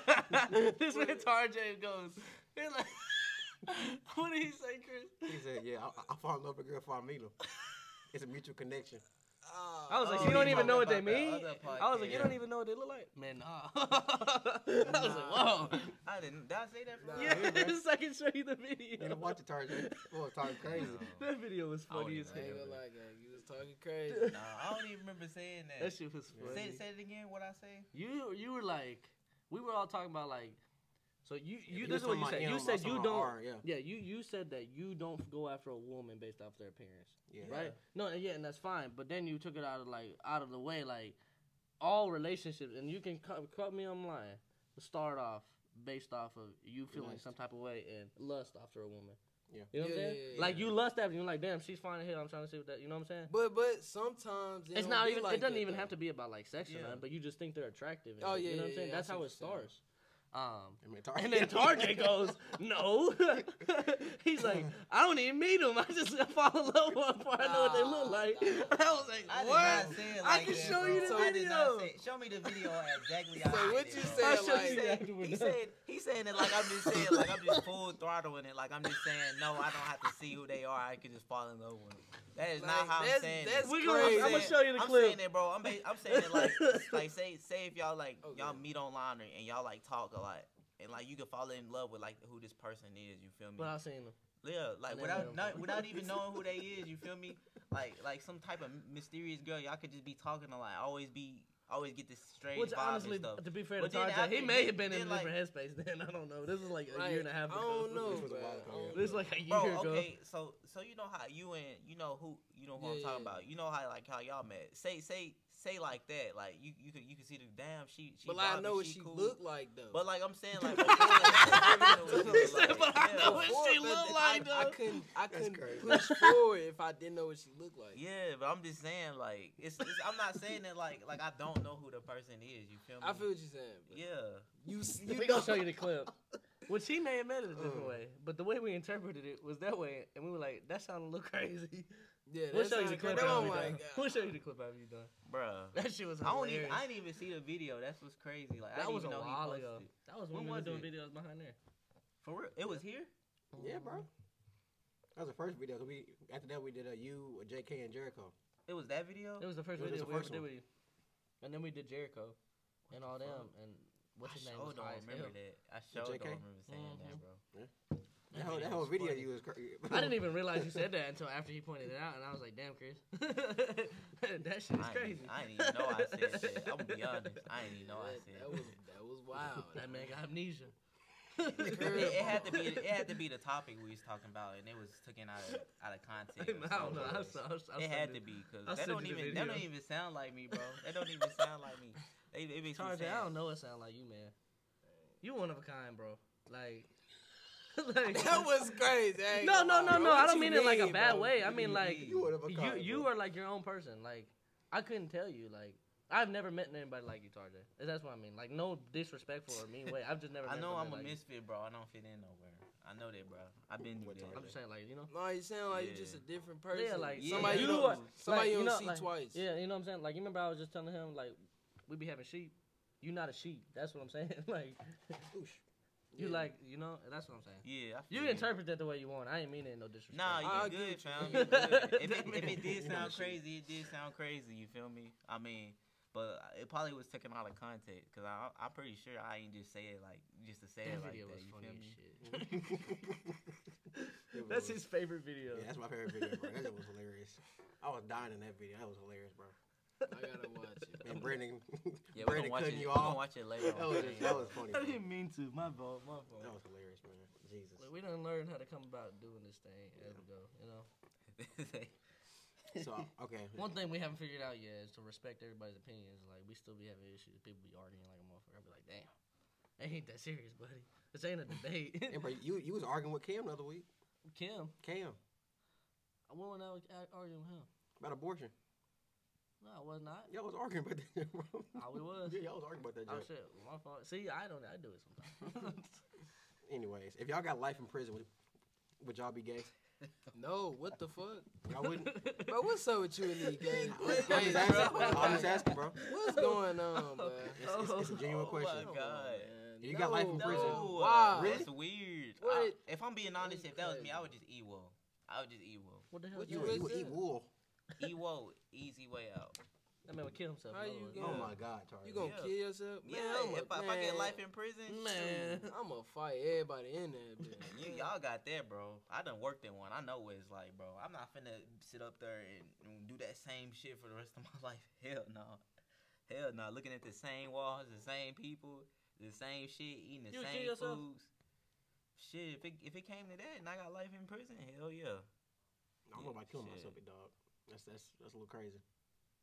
S1: this man Tarjay goes, he's like, what did he say, Chris?
S2: He said, "Yeah, I, I fall in love with a girl before I meet her. It's a mutual connection."
S1: I was like,
S4: Oh,
S1: you don't
S4: he
S1: even know what
S4: talking
S1: they mean.
S4: about the other
S1: I was like, you
S4: podcast.
S1: don't even know what they look like. Man, nah. I was like, whoa.
S4: I didn't. Did I say that? For
S3: Nah.
S4: real?
S1: Yeah,
S2: yeah, bro.
S1: yes, I can show you the
S2: You know,
S1: video.
S2: watch it, Tarjay. Oh, Tarjay crazy.
S4: No.
S1: That video was
S4: I wouldn't
S1: funny as
S3: I ain't gonna
S1: hell.
S4: even Yeah, but-
S3: lie, gang. You was talking crazy.
S4: Nah, I don't even remember saying that.
S1: That shit was
S2: Yeah.
S1: funny.
S4: Say, say it again. What I say?
S1: You you were like, we were all talking about like, so you
S2: Yeah,
S1: you
S2: we
S1: this
S2: were
S1: is what
S2: talking
S1: you
S2: about
S1: said. You said
S2: him, also
S1: you
S2: on
S1: don't.
S2: R, yeah.
S1: Yeah, you you said that you don't go after a woman based off their appearance,
S2: Yeah.
S1: right? No, and yeah, and that's fine. But then you took it out of like out of the way, like all relationships, and you can cut, cut me. I'm lying. Start off based off of you feeling
S2: Lust.
S1: some type of way and lust after a woman.
S2: Yeah.
S1: you know what
S3: Yeah,
S1: I'm saying.
S3: yeah, yeah,
S1: Like
S3: yeah.
S1: you lust after, you're like, damn, she's fine here. I'm trying to see what that. You know what I'm saying?
S3: But but sometimes it
S1: it's
S3: don't
S1: not
S3: be
S1: even.
S3: Like
S1: it doesn't
S3: that,
S1: even
S3: though.
S1: have to be about like sex or
S4: Yeah.
S1: nothing, but you just think they're attractive. and
S3: Oh,
S1: shit,
S3: yeah,
S1: you know what
S3: yeah,
S1: I'm saying.
S3: yeah, I
S1: That's
S3: see
S1: how
S3: what
S1: it
S3: you're saying.
S1: starts. Um,
S2: I mean, Target.
S1: and then Target goes, "No." He's like, "I don't even meet them. I just fall in love with them before I know what they look
S3: Nah,
S1: like."
S3: nah.
S1: I was like,
S4: I did
S1: "What?"
S4: not say it
S1: I
S4: like
S1: can
S4: that,
S1: show
S4: bro.
S1: you the
S4: I did not
S1: video.
S4: say- show me the video exactly.
S3: So
S4: how I
S3: what
S4: did
S3: you
S4: it.
S3: said,
S1: I'll show
S3: like-
S1: you
S4: said-
S1: after we're
S4: he
S1: done.
S4: said he's saying it like I'm just saying like I'm just full throttle in it. Like I'm just saying no, I don't have to see who they are. I can just fall in love with them. That is
S3: Like,
S4: not how
S3: that's-
S4: I'm saying.
S3: that's
S4: it.
S1: We're gonna-
S3: crazy.
S1: I'm gonna show you the
S4: I'm
S1: clip.
S4: saying it, bro. I'm, ba- I'm saying it like like say say if y'all like
S3: Oh,
S4: y'all
S3: yeah.
S4: meet online and y'all like talk a lot and like you can fall in love with like who this person is. You feel me?
S1: But I seen them.
S4: Yeah, like
S1: And then
S4: without
S1: they'll-
S4: not, without even knowing who they is, you feel me? Like like some type of mysterious girl, y'all could just be talking to like always be always get this strange
S1: Which
S4: vibe
S1: honestly,
S4: and stuff.
S1: to be fair
S4: But
S1: to
S4: then
S1: Target, he
S4: after-
S1: may have been in a
S4: then, like-
S1: different headspace then. I don't know. This is like a
S3: Like,
S1: year and a half
S3: I
S1: ago.
S3: don't know.
S2: This was a
S3: man.
S2: while ago,
S3: I don't
S2: yeah.
S3: know.
S1: This is like a year
S4: Bro,
S1: ago.
S4: okay, so so you know how you and you know who you know who I'm
S3: Yeah,
S4: talking
S3: yeah,
S4: about. You know how like how y'all met. Say say say like that. Like you you could you could see the damn she she.
S3: But like, I
S4: vibing,
S3: know what
S4: she,
S3: she
S4: cool.
S3: looked like though.
S4: But like I'm saying like.
S1: He said, "But I know what
S4: yeah.
S1: she look
S3: I,
S1: like,
S3: I
S1: though."
S3: couldn't, I
S2: That's
S3: couldn't
S2: crazy.
S3: push forward if I didn't know what she looked like.
S4: Yeah, but I'm just saying like it's, it's I'm not saying that like like I don't know who the person is. You feel me?
S3: I feel what you're saying. But
S4: Yeah.
S3: You, s- you
S1: we
S3: know.
S1: gonna show you the clip. Which he may have meant it a different
S2: Mm.
S1: way, but the way we interpreted it was that way, and we were like, "That sounded a little crazy."
S3: Yeah,
S1: We'll
S3: that
S1: show
S3: sound
S1: you the clip
S3: crazy.
S1: after
S3: Oh
S1: we
S3: my
S1: done.
S3: God.
S1: We'll show you the clip after you done.
S4: Bruh.
S1: That shit was
S4: I don't even
S1: hilarious.
S4: I didn't even see the video. That's what's crazy. Like I
S1: that
S4: didn't
S1: was a
S4: even know he
S1: while ago.
S4: posted.
S1: That was
S4: When
S1: when we were
S4: was
S1: doing
S4: it?
S1: videos behind there.
S4: For real? It was here?
S2: Yeah, bro. That was the first video. 'cause we after that we did a you, with JK, and Jericho.
S4: It was that video?
S1: It was the first
S2: It was
S1: video
S2: the
S1: we ever
S2: first
S1: did
S2: one.
S1: with you. And then we did Jericho and all
S4: the
S1: them
S4: fuck?
S1: and what's
S4: I
S1: his name?
S4: sure
S1: was
S4: don't
S1: high as hell.
S4: remember that. I sure
S2: JK?
S4: don't remember saying that,
S1: Mhm.
S4: bro.
S2: That whole, that
S4: video
S2: whole
S4: was
S2: video
S4: funny.
S2: you was crazy.
S1: I didn't even realize you said that until after he pointed it out, and I was like, "Damn, Chris, that shit is
S4: I ain't-
S1: crazy."
S4: I didn't even know I said that. I'm gonna be honest. I didn't even know I
S3: that,
S4: said
S3: that was that was wild.
S1: That man got amnesia.
S4: it, it had to be it had to be the topic we was talking about and it was taken out of out of context. or
S1: I don't know.
S4: something.
S1: I was, I was, I was
S4: it had to be
S1: I'll
S4: because that
S1: send
S4: don't
S1: you the
S4: even that don't
S1: video.
S4: even sound like me, bro. That don't even sound like me. They, it makes me
S1: Tarjay,
S4: sad.
S1: I don't know what sound like you, man. You one of a kind, bro. Like, like
S3: that was crazy. I ain't
S1: no,
S3: gonna
S1: no,
S3: lie,
S1: no,
S3: bro.
S1: no. I
S3: What
S1: don't
S3: you
S1: mean it like a
S3: mean,
S1: bad
S3: bro?
S1: way. I
S4: What do
S1: mean
S4: you
S1: like
S4: mean?
S2: You would have a
S1: you
S2: kind,
S1: you
S2: bro.
S1: are like your own person. Like I couldn't tell you. Like I've never met anybody like you, Tarjay. That's what I mean. Like no disrespectful or mean way. I've just never.
S4: I
S1: met
S4: know I'm a
S1: somebody like you.
S4: misfit, bro. I don't fit in nowhere. I know that, bro. I've been
S2: What
S4: through
S2: Tarjay?
S4: that.
S1: I'm just saying, like you know.
S3: No, you sound like
S4: Yeah.
S3: you're just a different person.
S1: like,
S4: Yeah.
S3: somebody
S4: you
S3: you
S1: are-
S3: don't, somebody
S1: like,
S3: you
S1: you
S3: don't
S1: know,
S3: see
S1: like-
S3: twice.
S1: Yeah, you know what I'm saying. Like you remember I was just telling him like we be having sheep. You not a sheep. That's what I'm saying. like you
S3: Yeah.
S1: like you know. That's what I'm saying.
S4: Yeah, I feel
S1: You interpret that the way you want. I ain't mean it in no disrespect.
S4: Nah, you
S3: I'll
S4: good,
S3: get you.
S4: fam. You good. If it,
S1: That
S4: if
S1: man-
S4: it did sound
S2: Shit.
S4: crazy, it did sound crazy. You feel me? I mean, but it probably was taken out of context because I I'm pretty sure I ain't just say it like just to say
S1: that
S4: it like
S1: video
S4: that.
S1: was
S4: You
S1: funny
S4: feel
S1: as
S4: me?
S1: shit.
S2: It
S1: That's his
S2: was.
S1: favorite video.
S2: Yeah, that's my favorite video, bro. That shit was hilarious. I was dying in that video. That was hilarious, bro.
S3: I gotta watch it.
S1: um,
S2: And Brandon,
S4: Yeah, we're
S2: Brandon
S4: gonna watch it.
S2: cutting you
S4: We're
S2: off.
S4: gonna watch it later.
S2: That
S4: on.
S2: was, just, that was funny. Bro.
S1: I didn't mean to. My fault. My
S2: That
S1: fault.
S2: was hilarious, man. Jesus.
S1: Like, we done learned how to come about doing this thing as we go. You know,
S2: So okay.
S1: one thing we haven't figured out yet is to respect everybody's opinions. Like we still be having issues. People be arguing like a motherfucker. I be like, damn, they ain't that serious, buddy. This ain't a debate.
S2: And bro, you you was arguing with Cam the other week.
S1: Kim,
S2: Cam
S1: I went out arguing with him.
S2: about abortion.
S1: No, I was not.
S2: Y'all was arguing about that. Bro.
S1: Oh, we was.
S2: Yeah, y'all was arguing about that.
S1: Oh
S2: joke.
S1: shit, my fault. See, I don't. I do it sometimes.
S2: Anyways, if y'all got life in prison, would, would y'all be gay?
S3: No, what the fuck?
S2: Y'all wouldn't.
S3: Bro, what's up with you and these gays?
S2: I'm just asking. I'm just asking, bro.
S3: What's going on, bro?
S2: It's, it's, it's a genuine
S4: Oh my
S2: question.
S4: Oh, God.
S2: You got life in
S4: no, uh,
S2: prison.
S3: Wow.
S2: Really?
S4: that's weird. I,
S3: What?
S4: if I'm being honest,
S3: That's
S4: if that was me, I
S3: crazy.
S4: would just eat wool. I would just eat wool.
S1: What the hell?
S3: What
S1: is
S2: You
S1: that?
S2: would, you would eat wool.
S4: Eat wool, easy way out.
S1: That man would kill himself.
S3: How
S1: in other
S3: you
S1: words.
S2: Oh
S3: Yeah.
S2: my God, Target.
S3: You gonna
S4: Yeah.
S3: kill yourself?
S4: Yeah,
S3: I'ma-
S4: if, I, if I get
S3: man,
S4: life in prison,
S1: Man.
S4: shoot.
S3: I'ma fight everybody in there, bitch.
S4: You, y'all got that, bro. I done worked in one. I know what it's like, bro. I'm not finna sit up there and, and do that same shit for the rest of my life. Hell no. Hell no. Looking at the same walls, the same people, the same shit, eating the
S1: You would kill
S4: same
S1: yourself?
S4: foods. Shit, if it, if it came to that and I got life in prison, hell yeah.
S2: I don't know about killing
S4: Shit.
S2: myself, big dog. That's that's that's a little crazy.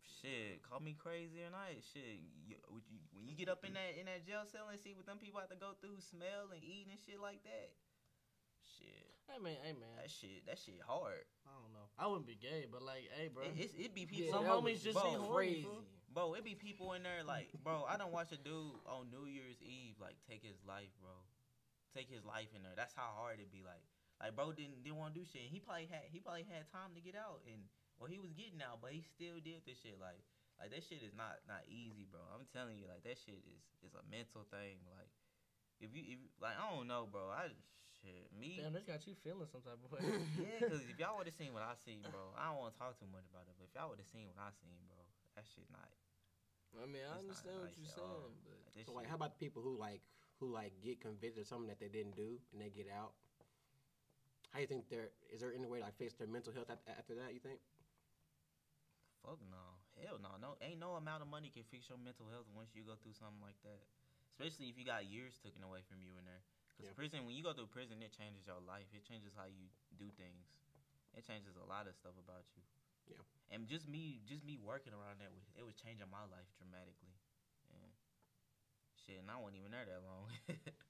S4: Shit, call me crazy or not. Shit, you, would you, when you get up in that in that jail cell and see what them people have to go through, smell and eating and shit like that. Shit,
S1: Hey man, hey man.
S4: that shit, that shit hard.
S1: I don't know. I wouldn't be gay, but like, hey, bro.
S4: It, it's- it be people.
S3: Yeah,
S1: Some
S3: that
S1: homies
S3: was
S1: just be horny,
S3: crazy.
S1: fool.
S4: Bro, it be people in there like, bro, I don't watch a dude on New Year's Eve like take his life, bro. Take his life in there. That's how hard it be like. Like bro didn't didn't want to do shit. He probably had he probably had time to get out and well he was getting out, but he still did this shit like like that shit is not not easy, bro. I'm telling you like that shit is is a mental thing like if you if like I don't know, bro. I shit me
S1: Damn, this got you feeling some type of way.
S4: yeah, because if y'all would have seen what I seen, bro, I don't want to talk too much about it, but if y'all would have seen what I seen, bro, that shit not.
S3: I mean, I
S4: It's not
S3: understand what
S4: nice
S3: you're
S4: at all.
S3: saying, but
S4: Like, this
S2: So like,
S4: shit-
S2: how about the people who like who like get convicted of something that they didn't do and they get out? How you think there is there any way to like fix their mental health af- after that? You think?
S4: Fuck no, hell no, no, ain't no amount of money can fix your mental health once you go through something like that. Especially if you got years taken away from you in there, because
S2: Yeah.
S4: prison, when you go through prison, it changes your life. It changes how you do things. It changes a lot of stuff about you.
S2: Yeah.
S4: And just me, just me working around that, was- it was changing my life dramatically. And shit, and I wasn't even there that long.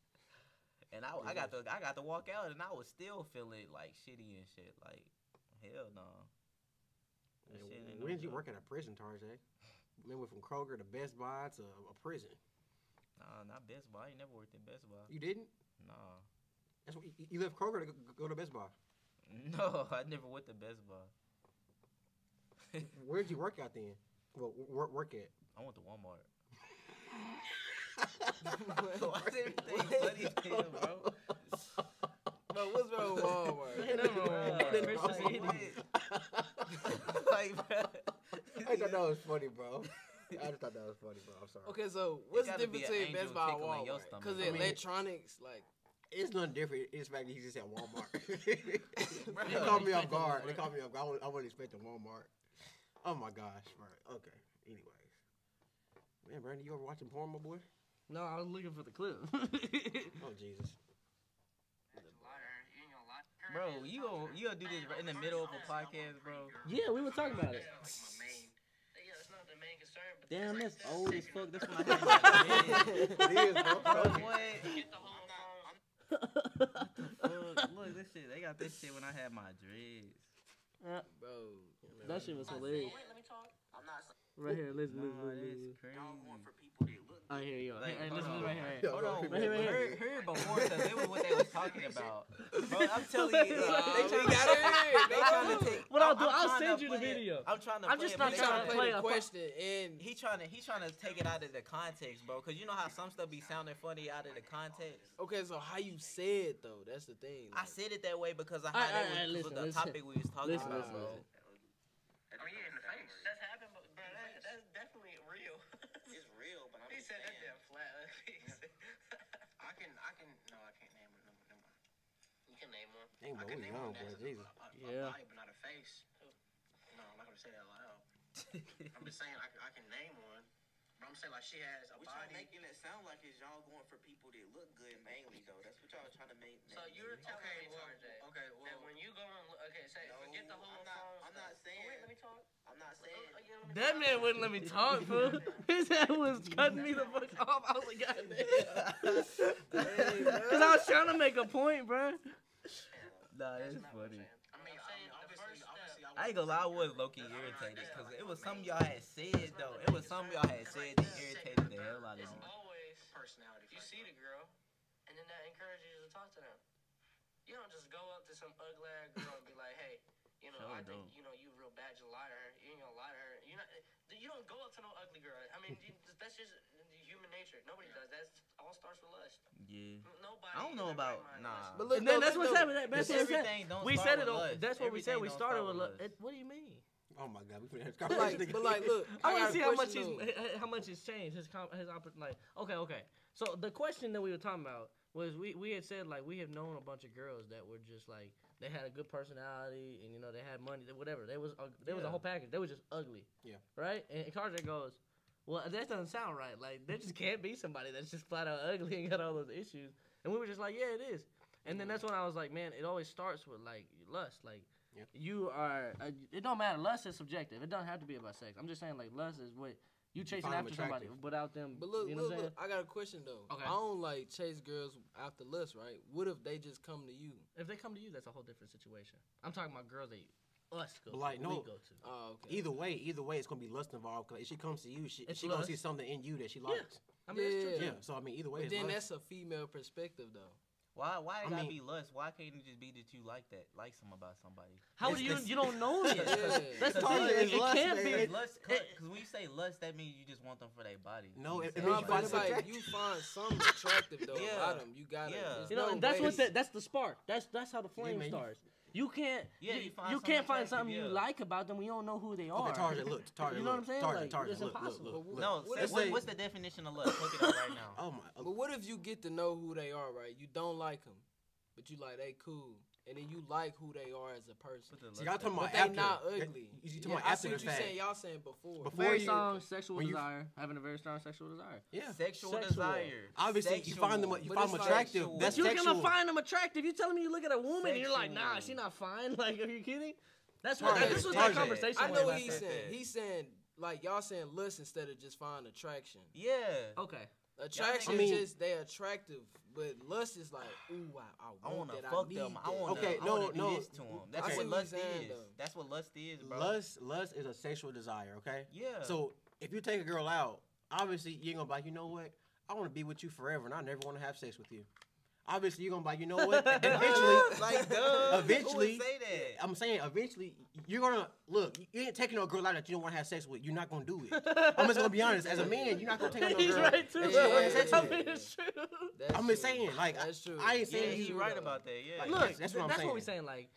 S4: and I, I got the, I got to walk out, and I was still feeling like shitty and shit. Like, hell no. That
S2: Man,
S4: shit ain't no
S2: when did you
S4: joke.
S2: work at a prison, Tarjay? Man, went from Kroger to Best Buy to a prison.
S4: Nah, not Best Buy. I ain't never worked at Best Buy.
S2: You didn't?
S4: Nah.
S2: That's what, you- you left Kroger to go- go to Best Buy.
S4: No, I never went to Best Buy.
S2: Where did you work out then? Well, work, work at.
S4: I went to Walmart. Why
S3: What?
S4: is everything funny to you, bro?
S3: bro, what's wrong with
S1: Ain't
S3: Walmart?
S1: nothing wrong with
S4: Bruh.
S1: Walmart. Christians
S2: Wrong
S1: eat
S2: with
S1: it.
S4: like, bruh.
S2: I thought that was funny, bro. I just thought that was funny, bro. I'm sorry.
S3: Okay, so what's the
S4: gotta be
S3: difference
S4: an
S3: between
S4: angel
S3: Best Buy and
S4: tickling your
S3: Walmart?
S4: stomach.
S3: Because
S4: I mean-
S3: electronics, like,
S2: It's nothing different. It's the fact that he just at Walmart.
S4: Bro,
S2: they called me
S1: you expecting
S2: off guard. They
S1: Walmart.
S2: called me off guard. I wasn't, I wasn't expecting Walmart. Oh my gosh, bro. Okay. Anyways. Man, Brandon, you ever watching porn, my boy?
S1: No, I was looking for the clip.
S2: Oh Jesus.
S4: Bro, you gonna, you gonna do this right in the middle of a podcast, bro?
S1: yeah, we were talking about it. Damn, that's old as fuck. That's when I had
S2: it is, bro. Told
S4: Bro,
S2: you.
S4: what?
S5: That's
S4: Fuck, look, this shit. They got this shit when I had my dreads.
S3: bro,
S1: That shit was hilarious.
S5: I'm not
S1: Right here, listen,
S4: Nah,
S1: listen, listen,
S4: that's
S1: listen.
S4: crazy.
S5: y'all going for people that look
S1: I hear you. Hey,
S4: Like,
S1: hey,
S4: hold
S1: listen
S4: on.
S1: right here. right here.
S2: Yo,
S4: Hold on,
S2: bro,
S1: wait, wait,
S4: hurry,
S1: wait.
S4: hurry before because it was what they was talking about. Bro, I'm telling you, uh, they
S3: We
S4: got
S3: got
S4: it.
S3: it.
S4: They trying to take.
S1: What I'll
S4: I'm-
S1: do,
S4: I'm
S1: I'll
S4: trying to
S1: send you the
S4: play it.
S1: video.
S4: I'm trying to.
S1: I'm
S4: play
S1: just
S4: it,
S1: not
S4: but
S3: they
S4: they
S3: trying to play
S1: a
S3: the
S1: fu-
S3: question and
S4: He trying to he trying to take it out of the context, bro. Cause you know how some stuff be sounding funny out of the context.
S3: okay, so how you say it though? That's the thing. like,
S4: I said it that way because I
S1: Alright, alright,
S4: had
S1: listen,
S4: it was, 'cause of the
S1: listen.
S4: topic we was talking
S1: Listen, listen,
S4: about, bro.
S1: listen.
S5: Oh yeah, in the face. That's happened, but bro, that, that's definitely real.
S6: It's real, but I'm
S5: he
S6: just
S5: said that
S6: saying.
S5: damn flat.
S6: I can, I can. No, I can't name it. No, never mind. You can name one.
S2: Dang,
S6: I
S2: bro,
S6: can
S2: we
S6: name
S2: young,
S6: one
S2: bro.
S6: that's a,
S2: Jesus.
S6: a, a,
S1: Yeah.
S6: a body, but not a face. No, I'm not gonna say that out loud. I'm just saying I, can- I can name one. But I'm saying like she has a
S7: What y'all
S6: body.
S7: making it sound like is y'all going for people that look good mainly though. That's what y'all trying to make.
S5: So
S7: make
S5: you're
S7: me.
S5: telling
S6: Okay,
S5: me,
S6: well,
S5: Tarjay,
S6: okay,
S5: that
S6: well.
S5: when you go and look, okay, say
S7: No,
S5: forget the whole
S7: I'm not-
S5: phone
S7: I'm not
S5: stuff.
S7: saying-
S5: Oh, wait, let me talk.
S7: I'm not
S5: Oh,
S7: saying.
S5: oh, yeah, let me
S1: That
S5: talk.
S1: man wouldn't let me talk, fool. His head was cutting me the fuck off. I was like, God damn. Cause I was trying to make a point, bro.
S4: Nah, that's
S5: That's not what I'm
S4: funny.
S5: saying.
S6: I mean, I
S5: I'm
S6: mean,
S5: saying the
S6: obviously,
S5: first
S6: obviously,
S4: I ain't gonna lie, I was low key
S6: wouldn't-
S4: irritated
S6: that's
S4: because
S6: like
S4: it was
S6: a
S4: something
S6: main-
S4: y'all had said though. It was something y'all had
S6: It's
S4: said
S6: like
S4: that
S6: this.
S4: irritated the hell out of
S5: It's
S4: me.
S5: always
S6: personality.
S2: Oh
S5: you
S6: first
S5: see
S6: of
S5: the girl, and then that encourages you to talk to them. You don't just go up to some ugly ass girl and be like, hey, you know,
S4: Sure
S5: I think
S4: don't.
S5: you know you real bad. You lie to her. You ain't gonna lie to her. You not. You don't go up to no ugly girl. I mean, you- that's just human nature. Nobody does. That's all starts with lust.
S4: Yeah.
S5: N- Nobody.
S4: I don't
S5: in
S4: know
S5: their
S4: about
S5: right mind
S4: nah.
S5: is-
S3: But look,
S1: And then
S3: though,
S1: that's
S3: but
S1: what's
S3: though,
S1: happening. That's what's happening.
S4: everything don't
S1: We
S4: start
S1: said it.
S4: with
S1: on-
S4: lust.
S1: That's what we said.
S4: Everything
S1: We
S4: don't
S1: started
S4: start
S1: with. lo-
S4: with lust.
S1: it- What do you mean?
S2: Oh my God, we finna have this
S3: But
S2: conversation.
S3: like, but like, look,
S1: I
S3: I
S1: want
S3: gotta
S1: to see how much
S3: question
S1: he's
S3: though.
S1: h- how much he's changed. His com- his oppor- like okay okay. So the question that we were talking about was we we had said like we have known a bunch of girls that were just like they had a good personality and you know they had money they- whatever they was uh, they was a
S3: Yeah.
S1: whole package they were just ugly.
S2: Yeah.
S1: Right. And Carter goes. Well, that doesn't sound right. Like there just can't be somebody that's just flat out ugly and got all those issues. And we were just like, yeah, it is. And then that's when I was like, man, it always starts with like lust. Like
S2: Yep.
S1: you are. Uh, it don't matter. Lust is subjective. It doesn't have to be about sex. I'm just saying like lust is what you chasing
S2: find 'em
S1: after somebody
S2: attractive.
S1: without them.
S3: But look,
S1: you know
S3: look,
S1: what I'm
S3: look,
S1: saying?
S3: I got a question though.
S1: Okay.
S3: I don't like chase girls after lust, right? What if they just come to you?
S1: If they come to you, that's a whole different situation. I'm talking about girls that us go
S2: But,
S1: to,
S2: like,
S1: we
S2: no-
S1: go to.
S3: Oh, okay.
S2: Either way, either way, it's gonna be lust involved. 'cause if she comes to you, she
S1: It's
S2: she gonna
S1: lust.
S2: see something in you that she likes.
S1: I mean, it's
S2: Yeah.
S1: true.
S3: Yeah.
S2: So I mean, either way,
S3: But
S2: it's
S3: then
S2: lust.
S3: that's a female perspective though.
S4: Why? Why it
S2: I
S4: gotta
S2: mean-
S4: be lust? Why can't it just be that you like that, like something about somebody?
S1: How
S2: It's-
S1: do you?
S2: it's-
S1: You don't know yet.
S3: Yeah.
S1: That's the thing.
S2: Because lust
S1: It,
S2: is
S1: it
S2: lust,
S1: can't
S2: man.
S1: be.
S2: It-
S4: Lust,
S1: it-
S4: because when you say lust, that means you just want them for their body.
S2: No,
S4: You
S2: it- it
S4: saying
S2: means
S3: No,
S2: you
S4: like-
S3: but
S2: find
S3: it's
S2: them
S3: like
S2: attractive.
S3: you find something attractive though
S4: Yeah.
S3: about 'em. You gotta.
S4: Yeah.
S3: there's
S1: You know,
S3: no
S1: and that's what
S3: way.
S1: that, that's the spark. That's that's how the flame
S2: man, you-
S1: starts. You can't
S4: Yeah,
S1: you,
S4: you find
S1: you can't
S4: something
S1: find
S4: attractive,
S1: something you
S4: yeah.
S1: like about them when you don't know who they are.
S2: Okay, Tarzan, look, Tarzan,
S1: know what
S2: look,
S1: I'm saying?
S2: Tarzan,
S1: Like,
S2: Tarzan,
S1: it's
S2: look, look,
S1: impossible.
S2: look, look.
S4: No,
S3: What
S4: say-
S3: if
S4: what-
S2: they-
S4: what's the definition of lust? Look it up right now.
S2: Oh my,
S3: But what if you get to know who they are, right? You don't like them, but you like they cool, and then you like who they are as a person.
S4: Put the
S2: See,
S4: lust
S2: y'all talking
S4: up.
S2: about
S3: But they
S2: after.
S3: not
S2: y-
S3: ugly.
S2: You, you talking
S3: Yeah,
S2: about
S3: I
S2: after
S3: see
S2: the
S3: what you
S2: fact.
S3: saying. Y'all saying before.
S2: Before-
S1: Very
S2: you-
S1: strong sexual
S2: when you-
S1: desire, having a very strong sexual desire.
S2: Yeah.
S4: Sexual,
S1: Sexual.
S4: desire.
S2: Obviously, you find them, you
S3: But
S2: find them
S3: it's
S2: attractive.
S4: sexual.
S2: That's
S1: But you're
S2: sexual.
S1: gonna find them attractive. You telling me you look at a woman and you're like, nah, she
S4: Sexual.
S1: not fine. Like, are you kidding? That's what
S3: Target,
S1: this was my
S2: target.
S1: conversation.
S3: I
S1: was
S3: know
S1: about
S3: what he's
S1: that.
S4: said
S3: saying.
S4: that.
S3: He's saying like y'all saying lust instead of just find attraction.
S4: Yeah.
S1: Okay.
S3: Attraction
S2: I mean-
S3: is just they attractive, but lust is like, ooh, I, I
S4: I
S3: want
S4: want to
S3: that.
S4: fuck
S3: I need
S4: them. I
S3: that.
S4: want to.
S2: Okay,
S4: I
S2: no,
S4: want to
S2: no.
S4: do this to them. That's
S2: I see
S4: what
S3: what you're
S4: lust
S3: saying,
S4: is.
S3: though.
S4: That's what lust is, bro.
S2: Lust, lust is a sexual desire. Okay.
S4: Yeah.
S2: So if you take a girl out, obviously you're gonna be like, you know what? I want to be with you forever, and I never want to have sex with you. Obviously, you're gonna be like, you know what? Eventually,
S4: like, duh.
S2: Eventually-
S4: Who would say that?
S2: I'm saying eventually you're gonna look. You ain't taking no girl out that you don't want to have sex with. You're not gonna do it. I'm just gonna be honest. As a man, you're not gonna take out no
S1: He's
S2: girl.
S1: right too.
S2: that you
S3: yeah,
S2: don't wanna
S1: bro.
S2: have
S3: yeah,
S2: sex
S1: I
S3: yeah.
S2: with.
S1: mean, it's true.
S3: That's
S2: I'm just
S3: true.
S2: saying, like, I-
S3: that's true.
S2: I ain't
S4: yeah,
S2: saying
S4: he
S2: you-
S4: right about that. Yeah.
S2: Like,
S1: Look,
S2: that's-
S1: that's,
S2: that's
S1: what,
S2: what I'm
S1: we're saying. Like,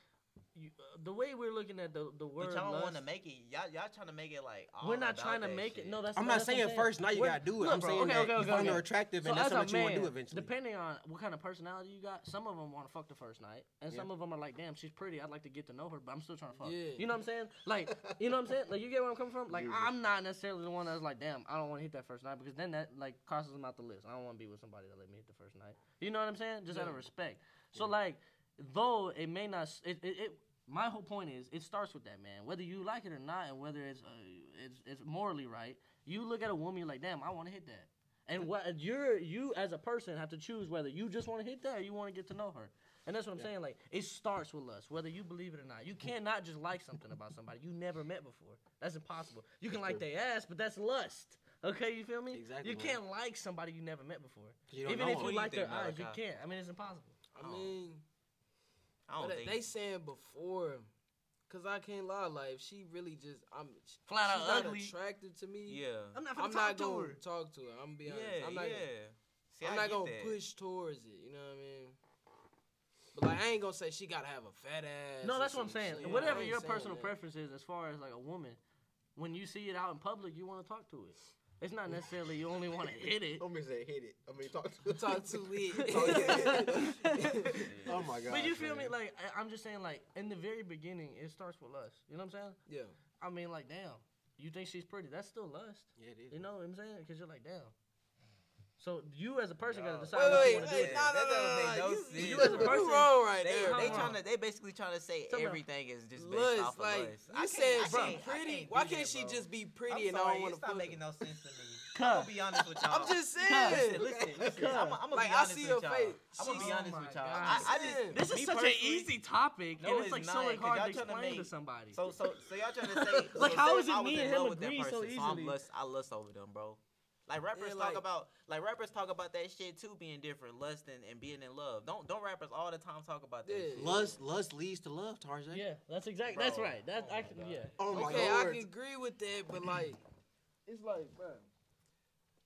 S1: you, uh, the way we're looking at the the word
S4: but y'all don't want to
S1: lust-
S4: make it. Y'all, y'all trying to make it like. all
S1: We're not
S4: about
S1: trying to
S4: that
S1: make
S4: shit.
S1: it. No, that's
S2: I'm
S1: no,
S2: not
S1: that's what
S2: saying first now you
S1: We're-
S2: gotta do it.
S1: Look,
S2: I'm
S1: bro,
S2: saying
S1: okay,
S2: that
S1: okay,
S2: you
S1: okay,
S2: find
S1: okay.
S2: her attractive
S1: So
S2: and that's
S1: as a
S2: something that you want
S1: man,
S2: to do eventually.
S1: Depending on what kind of personality you got, some of them want to fuck the first night, and
S2: Yeah.
S1: some of them are like, "Damn, she's pretty. I'd like to get to know her, but I'm still trying to fuck."
S3: Yeah.
S1: You know what I'm saying? Like, you know what I'm saying? Like, you get where I'm coming from? Like, I'm not necessarily the one that's like, "Damn, I don't want to hit that first night," because then that like crosses them out the list. I don't want to be with somebody that let me hit the first night. You know what I'm saying? Just out of respect. So like, though it may not, s- it, it, it my whole point is it starts with that man whether you like it or not and whether it's uh, it's it's morally right you look at a woman you're like damn i want to hit that and what you're you as a person have to choose whether you just want to hit that or you want to get to know her and that's what i'm saying like it starts with us whether you believe it or not you
S2: Hmm.
S1: cannot just like something about somebody you never met before that's impossible you can like their ass but that's lust okay you feel me
S2: Exactly,
S1: you
S2: man.
S1: can't like somebody you never met before
S2: 'Cause you don't
S1: even
S2: know
S1: if
S2: them.
S1: you
S4: What do you
S1: like their
S4: think,
S1: eyes you
S4: Malachi?
S1: can't i mean it's impossible
S3: I mean,
S4: I don't
S3: but
S4: think.
S3: they saying before, cause I can't lie. Like, if she really just, I'm
S1: Flat out
S3: she's not
S1: ugly.
S3: attracted to me.
S4: Uh, yeah.
S1: i'm not,
S3: I'm
S1: finna
S3: not
S1: talk to
S3: gonna
S1: her.
S3: talk to her. I'm gonna be
S4: yeah.
S3: honest. I'm not,
S4: yeah. See, I
S3: I'm not
S4: get
S3: gonna
S4: that.
S3: push towards it. You know what I mean? But like, I ain't gonna say she gotta have a fat ass.
S1: No,
S3: or
S1: that's what I'm
S3: some
S1: saying.
S3: shit. I
S1: Whatever
S3: ain't
S1: your
S3: saying
S1: personal
S3: that.
S1: preference is, as far as like a woman, when you see it out in public, you want to talk to it. It's not necessarily you only want to hit it.
S4: Oh
S2: Don't mean say hit it. I mean talk to
S3: Talk to
S2: it. oh my god.
S1: But you feel me? Like I, I'm just saying, like in the very beginning, it starts with lust. You know what I'm saying?
S3: Yeah.
S1: I mean, like damn, you think she's pretty? That's still lust.
S2: yeah, it
S1: You
S2: is.
S1: know what I'm saying? Because you're like damn. So you as a person gotta
S4: Y'all-
S1: decide.
S3: Wait,
S1: what you
S3: wait, wait. No, no,
S1: wanna do.
S4: wanna do that. That
S3: no,
S4: doesn't make
S3: no.
S4: no
S3: You,
S4: sense,
S3: you
S1: bro.
S3: as a person, you wrong right
S4: They,
S3: there.
S4: they
S1: hold
S4: trying
S1: on.
S4: to. They basically trying to say
S1: Tell me-
S4: everything is just based
S3: Lust,
S4: off of
S3: like
S4: lust. I
S3: you
S4: can't-
S3: said,
S4: I
S3: bro,
S4: can't- I
S3: pretty.
S4: can't
S3: Why
S4: do
S3: can't
S4: that,
S3: she
S4: bro.
S3: just be
S4: I'm
S3: pretty and I
S4: sorry,
S3: don't want
S4: it's
S3: to
S4: not
S3: fuck?
S4: making
S3: her?
S4: no sense to me.
S1: Cut.
S4: I'm gonna be honest with y'all.
S3: I'm just
S4: Listen,
S3: saying.
S4: listen, listen. I'm, I'm gonna
S3: Like,
S4: be
S3: I
S4: honest
S3: see
S4: with
S3: her
S4: y'all.
S3: face.
S4: I'm gonna
S1: She's-
S4: be honest
S1: Oh my
S4: with
S1: God.
S4: y'all. I, I
S3: She's
S4: just,
S3: in.
S1: This is such
S4: me
S1: an
S4: personally-
S1: easy topic,
S4: No,
S1: and it's
S4: it's
S1: like
S4: not,
S1: so
S4: 'cause
S1: hard to
S4: y'all tryna
S1: explain to
S4: make-
S1: somebody.
S4: So, so, so y'all trying to say?
S1: Like,
S4: so
S1: how
S4: say
S1: is it
S4: I was
S1: me
S4: in
S1: and
S4: love
S1: him
S4: with that
S1: agree so
S4: person, So
S1: easily?
S4: I'm lust, I lust over them, bro. Like rappers
S3: Yeah, like-
S4: talk about, like rappers talk about that shit too, being different, lust and, and being in love. Don't don't rappers all the time talk about that.
S3: Yeah.
S4: shit.
S2: Lust, lust leads to love, Tarzan.
S1: yeah, that's exactly. That's
S4: Bro.
S1: right. That's
S4: Oh my
S1: actually
S4: God.
S1: yeah.
S2: Oh my
S3: okay, I
S2: lord.
S3: can agree with that, but like, it's like, bro,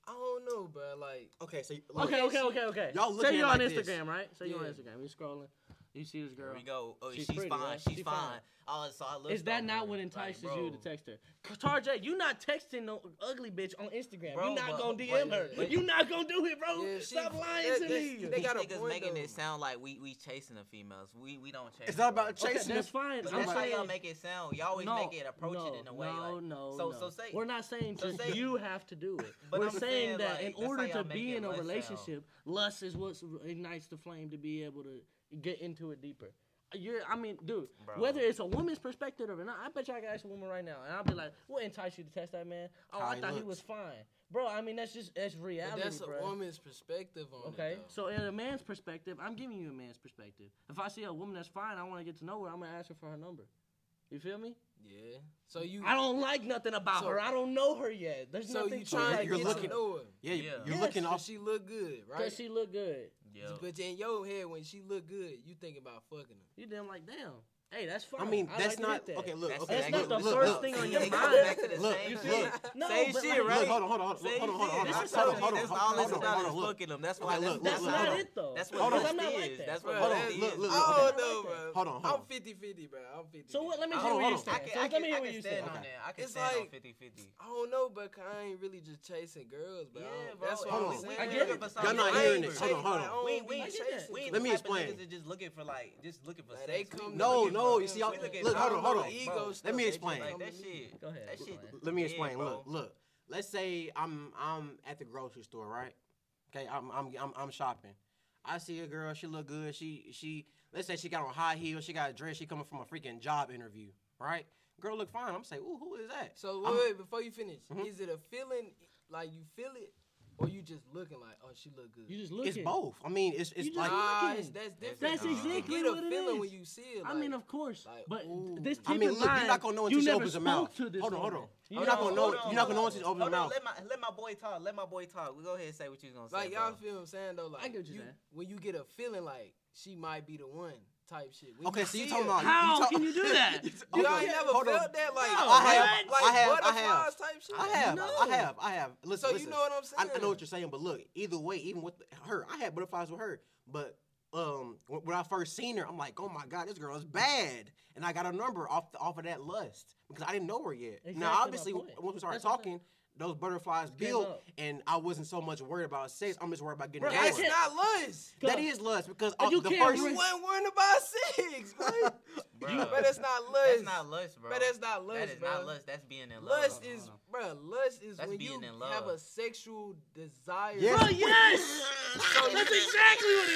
S3: I don't know, bro. Like,
S2: Okay, so you-
S1: Okay,
S2: look,
S1: okay, okay, okay.
S2: Y'all
S1: Say
S2: looking
S1: you're
S2: at
S1: on
S2: it
S1: Instagram,
S2: like this.
S1: right? Say you're on
S3: Yeah.
S1: Instagram. You're scrolling. You see this girl?
S4: Here we go. Oh,
S1: She's
S4: she's,
S1: pretty,
S4: fine.
S1: right?
S4: She's
S1: She
S4: fine.
S1: fine.
S4: Oh, so I looked
S1: Is that
S4: over
S1: not
S4: her,
S1: what
S4: like,
S1: entices
S4: bro.
S1: you to text her? Tarjay, you not texting no ugly bitch on Instagram.
S4: Bro,
S1: you not
S4: but-
S1: gonna
S4: but-
S1: DM her.
S4: but-
S1: you not gonna do it, bro.
S3: Yeah, she-
S1: Stop lying
S3: that-
S1: to
S3: that-
S1: me.
S3: They
S4: These
S3: got a
S4: niggas
S3: point,
S4: making
S3: though.
S4: it sound like we we chasing the females. We we don't chase.
S2: It's not
S4: bro.
S2: about
S1: Okay,
S2: chasing.
S1: that's
S2: this.
S1: fine.
S4: But
S1: I'm
S4: that's how
S1: saying,
S4: y'all make it sound. Y'all always make it approach it in a way.
S1: No,
S4: like,
S1: no,
S4: so
S1: no.
S4: so say
S1: We're not saying
S4: so
S1: just
S4: say-
S1: you have to do it.
S4: But
S1: We're
S4: I'm
S1: saying,
S4: saying,
S1: that
S4: like,
S1: in
S4: that's how
S1: order
S4: y'all
S1: to
S4: make
S1: be
S4: it
S1: in a
S4: less sound.
S1: relationship, lust is what ignites the flame to be able to get into it deeper. You're, I mean, dude,
S4: Bro.
S1: whether it's a woman's perspective or not, I bet you I can ask a woman right now, and I'll be like, "What enticed you to test that man? Oh,
S2: How
S1: I
S2: he
S1: thought he
S2: looks.
S1: was fine, bro. I mean, that's just that's
S3: But
S1: reality,
S3: that's a
S1: bro.
S3: woman's perspective on
S1: Okay,
S3: it. though.
S1: so in a man's perspective, I'm giving you a man's perspective. If I see a woman that's fine, I want to get to know her. I'm gonna ask her for her number. You feel me?
S3: yeah. So you
S1: I don't like nothing about
S3: So-
S1: her. I don't know her yet. There's
S3: so
S1: nothing.
S3: you
S1: to
S3: trying
S1: like
S3: to
S2: You're
S3: get
S2: looking-
S3: to know her.
S2: Yeah,
S4: Yeah.
S2: you're
S1: Yes,
S2: looking
S3: So
S2: off.
S3: she look good, right?
S1: Cause she look good.
S4: yeah.
S3: But in your head, when she look good, you think about fucking her.
S1: You damn like damn. Hey, that's fine.
S2: I mean,
S1: I
S2: that's
S1: like to
S2: not
S1: hit that.
S2: okay. Look,
S4: That's
S2: okay,
S1: That's
S4: exactly
S1: not
S2: look,
S1: the
S2: look,
S1: first
S2: look,
S1: thing on
S4: It
S1: your
S4: goes
S1: mind.
S4: back to the
S2: Look,
S4: same
S1: You see,
S4: thing.
S2: look.
S1: no,
S4: Same
S1: but
S4: shit,
S1: like,
S4: right?
S2: Look, hold on, hold on, hold on, hold on, hold
S4: Same
S2: on, hold on. Hold
S4: shit. That's all
S2: on, hold on, hold
S4: it's- all
S2: on, hold
S4: it's
S2: on,
S4: about
S2: hold on,
S4: is
S2: look.
S4: fucking them. That's why
S2: Look, look,
S4: that's, that's
S1: That's not
S2: look, hold on.
S4: what
S1: it though.
S4: That's
S2: Hold on.
S4: what lust
S1: I'm not like
S4: is.
S1: that.
S4: That's what
S3: Bro,
S4: lust
S3: that's-
S4: is.
S2: look, look,
S1: look.
S3: oh
S1: I'm not
S3: no,
S1: like
S3: bro.
S1: that.
S2: Hold on,
S3: I'm
S2: hold on.
S3: 50 50, bro. I'm 50.
S1: So what? Let me
S2: Hold
S1: hear
S2: on,
S1: what you
S2: hold on.
S4: I
S1: stand.
S4: can,
S1: So
S4: I
S1: let
S4: can,
S1: me
S4: I
S1: hear what
S4: can
S1: you stand.
S4: stand on
S2: Okay.
S4: that. I can
S3: It's
S4: stand on
S3: like-
S4: 50 50.
S3: I don't know, but I ain't really just chasing girls, bro.
S4: Yeah,
S3: I-
S4: bro,
S3: That's what
S2: hold
S3: I'm
S2: on.
S3: saying.
S1: I get it.
S2: Y'all not
S3: I
S2: hearing
S3: ain't
S2: it. Hold on,
S3: chasing, like,
S2: hold
S3: I
S2: on.
S3: don't
S4: We,
S3: be
S4: we,
S1: I get
S3: chasing
S1: that.
S4: we
S3: girls.
S4: ain't
S2: Let
S4: the
S2: me
S4: type of
S2: explain.
S4: niggas that just looking for like, just looking for
S3: Like,
S4: sex.
S3: they
S4: We-
S3: come
S4: we
S3: to
S2: No,
S4: looking
S3: get
S2: no,
S4: for-
S2: you see,
S4: we
S2: I-
S4: looking
S2: look,
S4: for-
S2: hold on, hold on.
S3: Ego
S4: Bro,
S3: stuff,
S2: me
S3: they
S2: explain.
S3: just
S4: Like
S3: come
S4: that
S3: to me.
S4: shit.
S1: Go ahead.
S4: That
S1: go
S4: shit.
S1: ahead.
S2: Let me
S4: Yeah,
S2: explain. Look,
S4: bro.
S2: look. Let's say I'm I'm at the grocery store, right? Okay, I'm I'm I'm, I'm shopping. I see a girl. She look good. She she. Let's say she got on high heels. She got a dress. She coming from a freaking job interview, right? Girl look fine. I'm say, ooh, who is that?
S3: So
S2: I'm-
S3: wait, wait, before you finish,
S2: Mhm.
S3: is it a feeling like you feel it, or you just looking like, oh, she look good?
S1: You just
S2: It's
S1: looking.
S2: both. I mean, it's
S1: You
S2: it's
S1: just
S2: like
S1: look-
S3: nah,
S1: looking.
S3: it's, that's different.
S1: That's
S4: Nah.
S3: You
S1: exactly
S3: get a
S1: what it
S3: feeling
S1: is.
S3: when you see it.
S1: I mean,
S3: like,
S1: of course,
S3: like,
S1: but
S3: ooh.
S1: this keep
S2: I
S1: in
S2: mean, look, you're
S1: mind,
S2: not gonna know until
S1: you
S2: she
S1: never
S2: opens her
S1: spoke
S2: mouth.
S1: To this
S2: Hold on, hold
S1: woman.
S2: on.
S1: You
S2: You're not
S1: know-
S2: gonna know.
S4: Hold on,
S2: You're not gonna know
S4: hold
S2: until she opens her
S4: Hold on,
S2: mouth.
S4: let my let my boy talk. Let my boy talk. We go ahead and say what you was gonna say.
S3: Like y'all
S4: bro.
S3: feel what I'm saying though, like
S1: get what you're
S3: you-
S1: saying.
S3: when you get a feeling like she might be the one type shit. When
S2: Okay, so you
S3: see
S2: talking
S3: it-
S2: about
S1: How
S2: talk-
S1: can you do that?
S3: Y'all
S2: Okay,
S3: ain't never
S2: hold on.
S3: felt that like,
S1: No,
S2: I have,
S3: like
S2: I have, I
S3: butterflies
S2: have,
S3: type shit.
S2: I have, I
S1: No.
S2: have, I have. Listen,
S3: So you
S2: listen.
S3: know what I'm
S2: I,
S3: saying?
S2: I know what you're saying, but look, either way, even with her, I had butterflies with her, but um, when, when I first seen her, I'm like, oh my god, this girl is bad, and I got a number off the, off of that lust because I didn't know her yet.
S1: Exactly
S2: now,
S1: my
S2: obviously,
S1: point.
S2: once we started
S1: That's what I'm
S2: talking, those butterflies
S1: Came
S2: built,
S1: up.
S2: and I wasn't so much worried about sex. I'm just worried about getting
S1: Bro,
S2: bored.
S3: That's
S1: can't-
S3: not lust.
S2: That is lust because
S1: And
S2: off
S1: you
S2: the
S1: can't
S2: first.
S3: You wasn't worrying about six, bro.
S4: Bro,
S3: But that's not lust.
S4: that's not lust, bro.
S3: But that's not lust,
S4: That is
S3: bro.
S4: not lust. That's being in love.
S3: Lust
S1: Hold on,
S3: is,
S1: hold
S3: bro. Lust is
S4: That's
S3: when you
S4: being in
S3: have
S4: love.
S3: a sexual desire.
S2: Yes.
S1: Bro, yes. That's exactly what it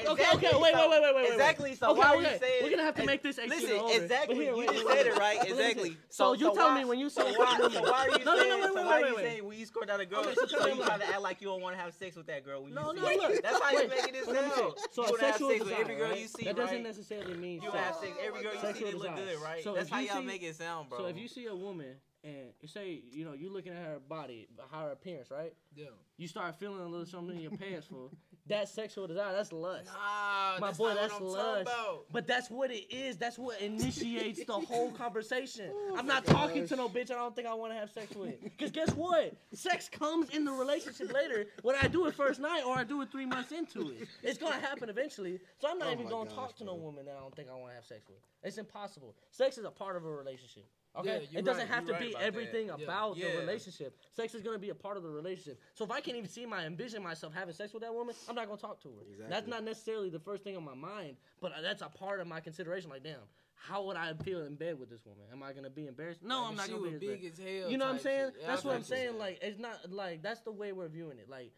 S1: is. Okay,
S4: Exactly,
S1: okay, wait, wait, wait,
S4: so-
S1: wait, wait, wait.
S4: Exactly. So
S1: okay,
S4: why
S1: okay.
S4: we saying
S1: we're gonna have to
S4: and-
S1: make this 18
S4: Listen,
S1: and older.
S4: exactly.
S1: But here,
S4: you
S1: wait,
S4: just
S1: wait, wait.
S4: said it right.
S1: But listen,
S4: Exactly.
S1: So, you tell
S4: why-
S1: me when you
S4: So
S1: saw
S4: why, so why are you
S1: No, no, no,
S4: saying?
S1: wait,
S4: so
S1: wait,
S4: why
S1: wait,
S4: are you
S1: wait.
S4: saying when you scored out a girl,
S1: Okay, so
S4: so,
S1: tell me
S4: you
S1: why.
S4: trying to act like you don't want to have sex with that girl? When you
S1: No,
S4: see
S1: no,
S4: it?
S1: look.
S4: That's how you
S1: Wait,
S4: making it
S1: but let me
S4: sound.
S1: say- So
S4: you
S1: a
S4: wanna have
S1: sexual
S4: sex with
S1: desire,
S4: every girl
S1: right?
S4: you see,
S1: That doesn't
S4: right?
S1: necessarily mean
S4: You
S1: sex.
S4: have sex every girl you see
S1: Sexual
S4: they look
S1: desire.
S4: good, right?
S1: So
S4: That's
S1: if
S4: how
S1: you
S4: y'all
S1: see-
S4: make it sound, bro.
S1: So if you see a woman and you say, you know, you looking at her body, her appearance, right?
S3: Yeah.
S1: You start feeling a little something in your pants for that sexual desire. That's lust.
S3: Nah,
S1: My
S3: Ah, that's
S1: boy,
S3: not
S1: that's
S3: what I'm
S1: lust.
S3: talking about.
S1: But that's what it is. That's what initiates the whole conversation.
S3: Oh
S1: I'm not talking to no bitch I don't think I want to have sex with. Because guess what? Sex comes in the relationship later when I do it first night or I do it three months into it. It's going to happen eventually. So I'm not
S2: Oh
S1: even
S2: my
S1: going to
S2: gosh,
S1: talk to no
S2: bro.
S1: woman that I don't think I want to have sex with. It's impossible. Sex is a part of a relationship. Okay,
S3: Yeah, you're
S1: it doesn't
S3: right,
S1: have to
S3: you're right
S1: be
S3: about that.
S1: everything
S3: Yeah.
S1: about the
S4: Yeah.
S1: relationship. Sex is gonna be a part of the relationship. So if I can't even see my envision myself having sex with that woman, I'm not gonna talk to her. That's
S2: Exactly.
S1: not necessarily the first thing on my mind, but that's a part of my consideration. Like, damn, how would I feel in bed with this woman? Am I gonna be embarrassed? No, I'm
S3: Like,
S1: not
S3: she
S1: gonna be
S3: was
S1: embarrassed.
S3: big as hell.
S1: You know what I'm
S3: type
S1: saying?
S3: shit. Yeah,
S1: that's
S3: I
S1: what
S3: know
S1: I'm
S3: you're
S1: saying. Like it's not like that's the way we're viewing it. Like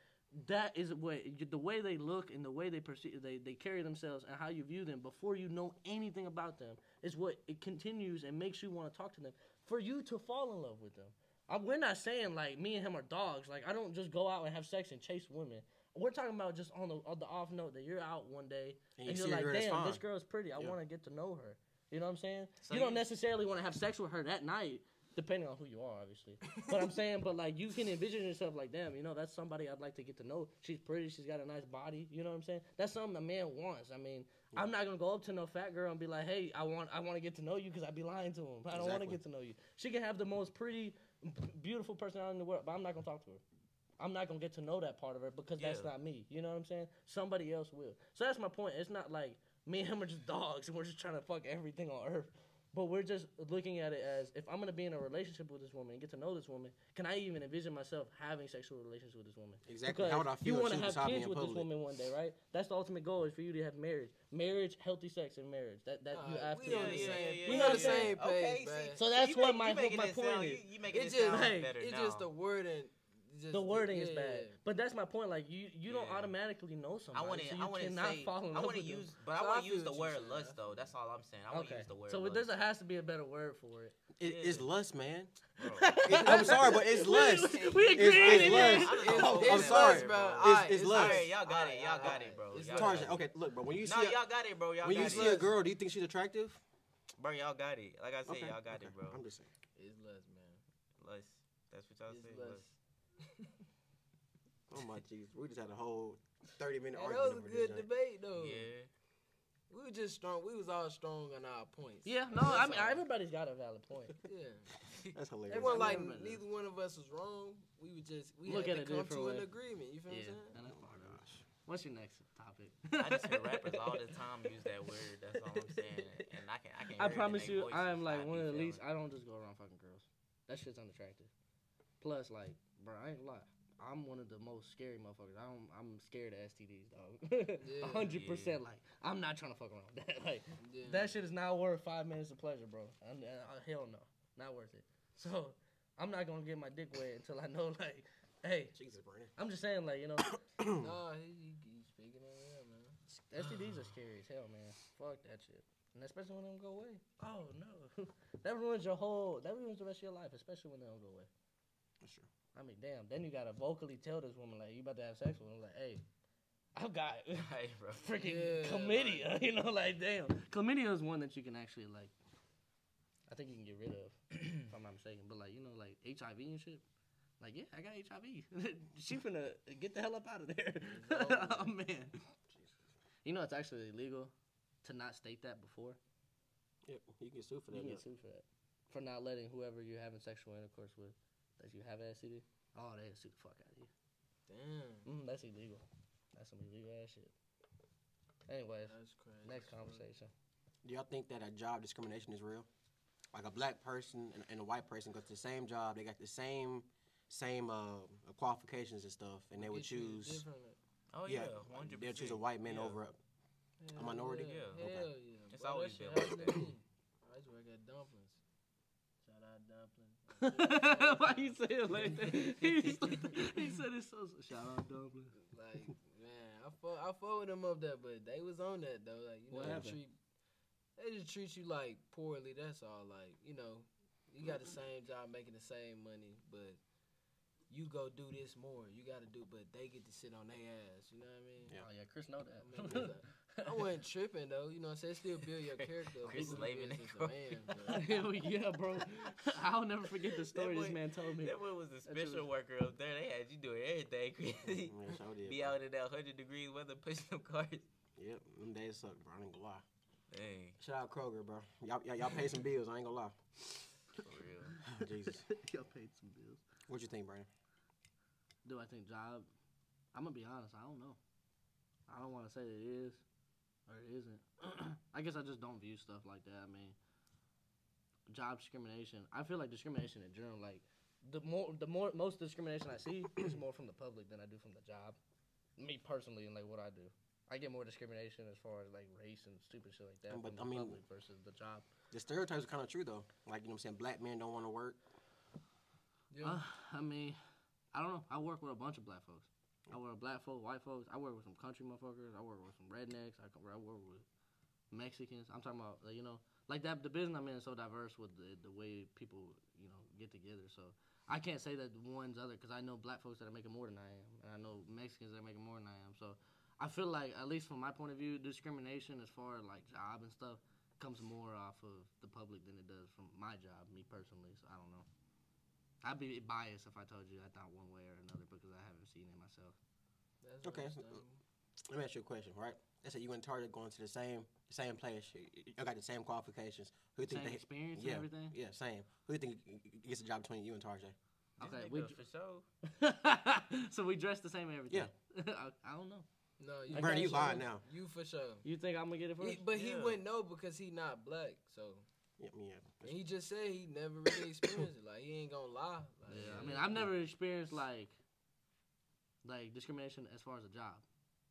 S1: that is what the way they look and the way they perceive they, they carry themselves and how you view them before you know anything about them is what it continues and makes you want to talk to them for you to fall in love with them. I, we're not saying like me and him are dogs. Like I don't just go out and have sex and chase women. We're talking about just on the on the off note that you're out one day
S2: And
S1: and,
S2: you
S1: you're
S2: see a
S1: like,
S2: girl that's
S1: damn,
S2: fine."
S1: this girl's pretty. I
S2: Yeah.
S1: want to get to know her. You know what I'm saying?
S4: So
S1: you don't
S4: you-
S1: necessarily want to have sex with her that night, depending on who you are, obviously. but I'm saying, but like you can envision yourself like, damn, you know, that's somebody I'd like to get to know. She's pretty. She's got a nice body. You know what I'm saying? That's something a man wants. I mean, I'm not gonna go up to no fat girl and be like, hey, I want, I want to get to know you because I'd be lying to him. I don't want to
S2: Exactly.
S1: get to know you. She can have the most pretty, b- beautiful personality in the world, but I'm not gonna talk to her. I'm not gonna get to know that part of her because that's
S4: Yeah.
S1: not me. You know what I'm saying? Somebody else will. So that's my point. It's not like Me and him are just dogs, and we're just trying to fuck everything on earth. But we're just looking at it as if I'm gonna be in a relationship with this woman and get to know this woman, can I even envision myself having sexual relations with this woman?
S2: Exactly. How would I
S1: Because
S2: feel
S1: you
S2: if
S1: wanna
S2: she
S1: have
S2: saw me
S1: kids
S2: in
S1: with this
S2: public?
S1: woman one day, right? That's the ultimate goal is for you to have marriage, marriage, healthy sex, and marriage. That that you
S4: Uh,
S3: Alright,
S1: have
S3: we
S1: to.
S3: on the
S1: understand.
S3: same-
S1: we on the
S3: same page,
S4: see,
S3: man.
S1: So that's
S4: you
S1: what
S4: make-
S1: my-
S4: you making
S1: my
S4: it
S1: point
S4: sound,
S1: is.
S4: You, you making it,
S3: It's just
S4: sound
S1: hey,
S4: better
S3: it's
S4: now.
S3: just the wording. Just
S1: the wording is
S3: yeah.
S1: bad. But that's my point. Like you, you don't
S4: Yeah.
S1: automatically know
S4: I
S1: somebody.
S4: want to.
S1: so you
S4: I want to
S1: cannot
S4: say.
S1: fall in
S4: I
S1: love
S4: want to
S1: with them.
S4: use, but I
S3: So I
S4: want to
S3: feel
S4: use the
S3: what you're
S4: word
S3: saying. I
S4: lust
S3: feel
S4: though.
S3: what
S4: That's all I'm saying. I want to
S1: Okay.
S4: use the word.
S1: So
S4: lust.
S1: it doesn't has to be a better word for it.
S2: It, It's
S4: Yeah.
S2: lust, man.
S4: Bro.
S2: It- I'm sorry, but it's
S1: We-
S2: lust.
S1: we- we
S2: It's-
S1: agreed
S2: it's
S1: in
S2: lust.
S1: here.
S2: It's-
S3: It's-
S2: I'm- I'm
S3: it's
S2: sorry.
S3: lust, bro.
S2: It's-
S3: Alright,
S2: it's lust.
S4: Alright, y'all got it.
S3: alright,
S4: Y'all got
S3: alright.
S4: it, bro.
S3: It's
S4: Y'all got
S2: Tarzan.
S4: it.
S2: Okay, look, bro. When you see
S4: No,
S2: a,
S4: y'all got it, bro. Y'all
S2: when you
S4: got
S2: see a
S4: it.
S2: girl, do you think she's attractive?
S4: Bro, y'all got it. Like I said,
S2: Okay,
S4: y'all got
S2: okay.
S4: it, bro.
S2: I'm just saying.
S3: It's less, man.
S4: Lust. That's what y'all say.
S3: It's
S4: Lust.
S3: less.
S2: Oh my jeez, we just had a whole thirty minute
S3: Yeah, that was
S2: argument. over
S3: a
S2: this
S3: good
S2: junk.
S3: debate, though.
S4: Yeah.
S3: We were just strong. We was all strong on our points.
S1: Yeah, no, I
S3: That's
S1: mean
S3: all.
S1: everybody's got a valid point.
S3: yeah.
S2: That's hilarious.
S3: It wasn't like
S1: Everybody knows.
S3: neither one of us was wrong. We were just we
S1: Look
S3: had
S1: at
S3: to come
S1: it different
S3: to an
S1: way.
S3: agreement. You feel what
S1: and
S2: oh
S1: that's
S2: my
S1: fine.
S2: gosh.
S1: What's your next topic?
S4: I just hear rappers all the time use that word. That's all I'm saying. And I can. I can.
S1: I
S4: hear it in
S1: promise
S4: they
S1: you,
S4: voices.
S1: I am
S4: I
S1: like
S4: be
S1: one of the
S4: feeling
S1: least. I don't just go around fucking girls. That shit's unattractive. Plus, like, bro, I ain't gonna lie. I'm one of the most scary motherfuckers. I don't, I'm scared of STDs, dog.
S3: Yeah.
S1: A hundred percent. Like, I'm not trying to fuck around with that. Like,
S3: I'm saying?
S1: that shit is not worth five minutes of pleasure, bro. And, and, uh, hell no, not worth it. So, I'm not gonna get my dick wet until I know, like, hey,
S2: Jesus, Brandon.
S1: I'm just saying, like, you know,
S3: Nah, he, he, he speaking on that, man.
S1: STDs are scary as hell, man. Fuck that shit. And especially when they don't go away. Oh no, that ruins your whole. That ruins the rest of your life, especially when they don't go away.
S2: That's true.
S1: I mean, damn. Then you gotta vocally tell this woman like you about to have sex with. Him, like, hey, I've got
S4: it. Hey, bro.
S1: freaking
S3: Yeah,
S1: chlamydia. you know, like damn, chlamydia is one that you can actually like. I think you can get rid of, if I'm not mistaken. But like you know, like HIV and shit. Like yeah, I got HIV. she finna get the hell up out of there. oh man. You know it's actually illegal to not state that before.
S2: Yep, you can sue for
S1: You
S2: that.
S1: can
S2: now.
S1: get sued for that. For not letting whoever you're having sexual intercourse with that you have an STD. Oh, they'll sue the fuck out of you.
S3: Damn,
S1: Mm, that's illegal. That's some illegal ass shit. Anyways,
S3: that's crazy.
S1: next conversation.
S2: Do y'all think that a job discrimination is real? Like a black person and, and a white person goes to the same job, they got the same same uh, qualifications and stuff, and they would choose
S4: Oh yeah,
S2: yeah,
S4: hundred
S2: they'll
S4: percent.
S2: choose a white man
S4: yeah.
S2: over a A minority?
S3: Yeah.
S4: Yeah.
S2: Okay.
S3: Hell yeah.
S4: It's
S3: bro, that
S4: always
S3: shit
S4: been like
S3: happened
S4: that.
S3: to me. I used to work at Dumplings. Shout out Dumplings.
S1: Why you say it like that? He's like, he said it's so. Shout out Dublin.
S3: Like man, I fought, I fought with them up there, but they was on that though. Like you
S1: What
S3: know, they
S1: happened?
S3: treat they just treat you like poorly. That's all. Like you know, you got the same job, making the same money, but you go do this more. You got to do, but they get to sit on their ass. You know what I mean?
S2: Yeah.
S1: Oh yeah, Chris know
S3: I, mean, it's
S1: that.
S3: like- I wasn't tripping though. You know, what I'm saying still build your character. of
S4: Chris
S3: who you
S4: Slavin
S3: is
S4: and
S3: as a man, but-
S1: Hell yeah, bro. I'll never forget the story this
S4: boy-
S1: man told me.
S4: That boy was a
S1: shit
S4: special worker up there. They had you doing everything crazy.
S2: Yeah, so did,
S4: Be
S2: bro.
S4: out in that hundred degree weather, pushing them cars.
S2: Yep, them days suck, bro. I ain't gonna lie.
S4: Dang,
S2: Shout out Kroger, bro. Y'all, y'all, y'all pay some bills. I ain't gonna lie.
S4: for real.
S2: Oh, Jesus,
S1: Y'all paid some bills.
S2: what you think, Brandon?
S1: Do I think job? I'm gonna be honest. I don't know. I don't want to say that it is or it isn't. I guess I just don't view stuff like that. I mean, job discrimination. I feel like discrimination in general. Like the more, the more, most discrimination I see is more from the public than I do from the job. Me personally, and like what I do, I get more discrimination as far as like race and stupid shit like that
S2: But,
S1: from
S2: I
S1: the
S2: mean-
S1: public versus the job.
S2: The stereotypes are kind of true though. Like you know, what I'm saying black men don't want to work.
S3: Yeah.
S1: Uh, I mean, I don't know. I work with a bunch of black folks. I work with black folks, white folks. I work with some country motherfuckers. I work with some rednecks. I, co- I work with Mexicans. I'm talking about, like, you know, like that. The business I'm in is so diverse with the, the way people, you know, get together. So I can't say that one's other because I know black folks that are making more than I am, and I know Mexicans that are making more than I am. So I feel like, at least from my point of view, discrimination as far as like job and stuff comes more off of the public than it does from my job, me personally. So I don't know. I'd be biased if I told you I thought one way or another because I haven't seen it myself.
S3: That's
S2: Okay.
S3: understandable.
S2: Let me ask you a question, right? Let's say you and Target going to the same same place. You- You got the same qualifications. Who you think
S1: Same
S2: they?
S1: experience and
S2: yeah.
S1: everything.
S2: Yeah, same. Who you think gets the job between you and Target?
S4: This
S1: Okay,
S4: nigga
S1: we
S4: for sure.
S1: so we dress the same and everything. I, I don't know.
S3: No, you.
S2: Brandon, you
S3: for sure.
S2: lying now.
S3: You for sure.
S1: You think I'm gonna get it first?
S3: He- but he
S4: Yeah.
S3: wouldn't know because he not black. So
S2: Yeah, yeah.
S3: and he just said he never really experienced it. Like he ain't gonna lie. Like,
S1: Yeah, I mean, I've never experienced like like discrimination as far as a job.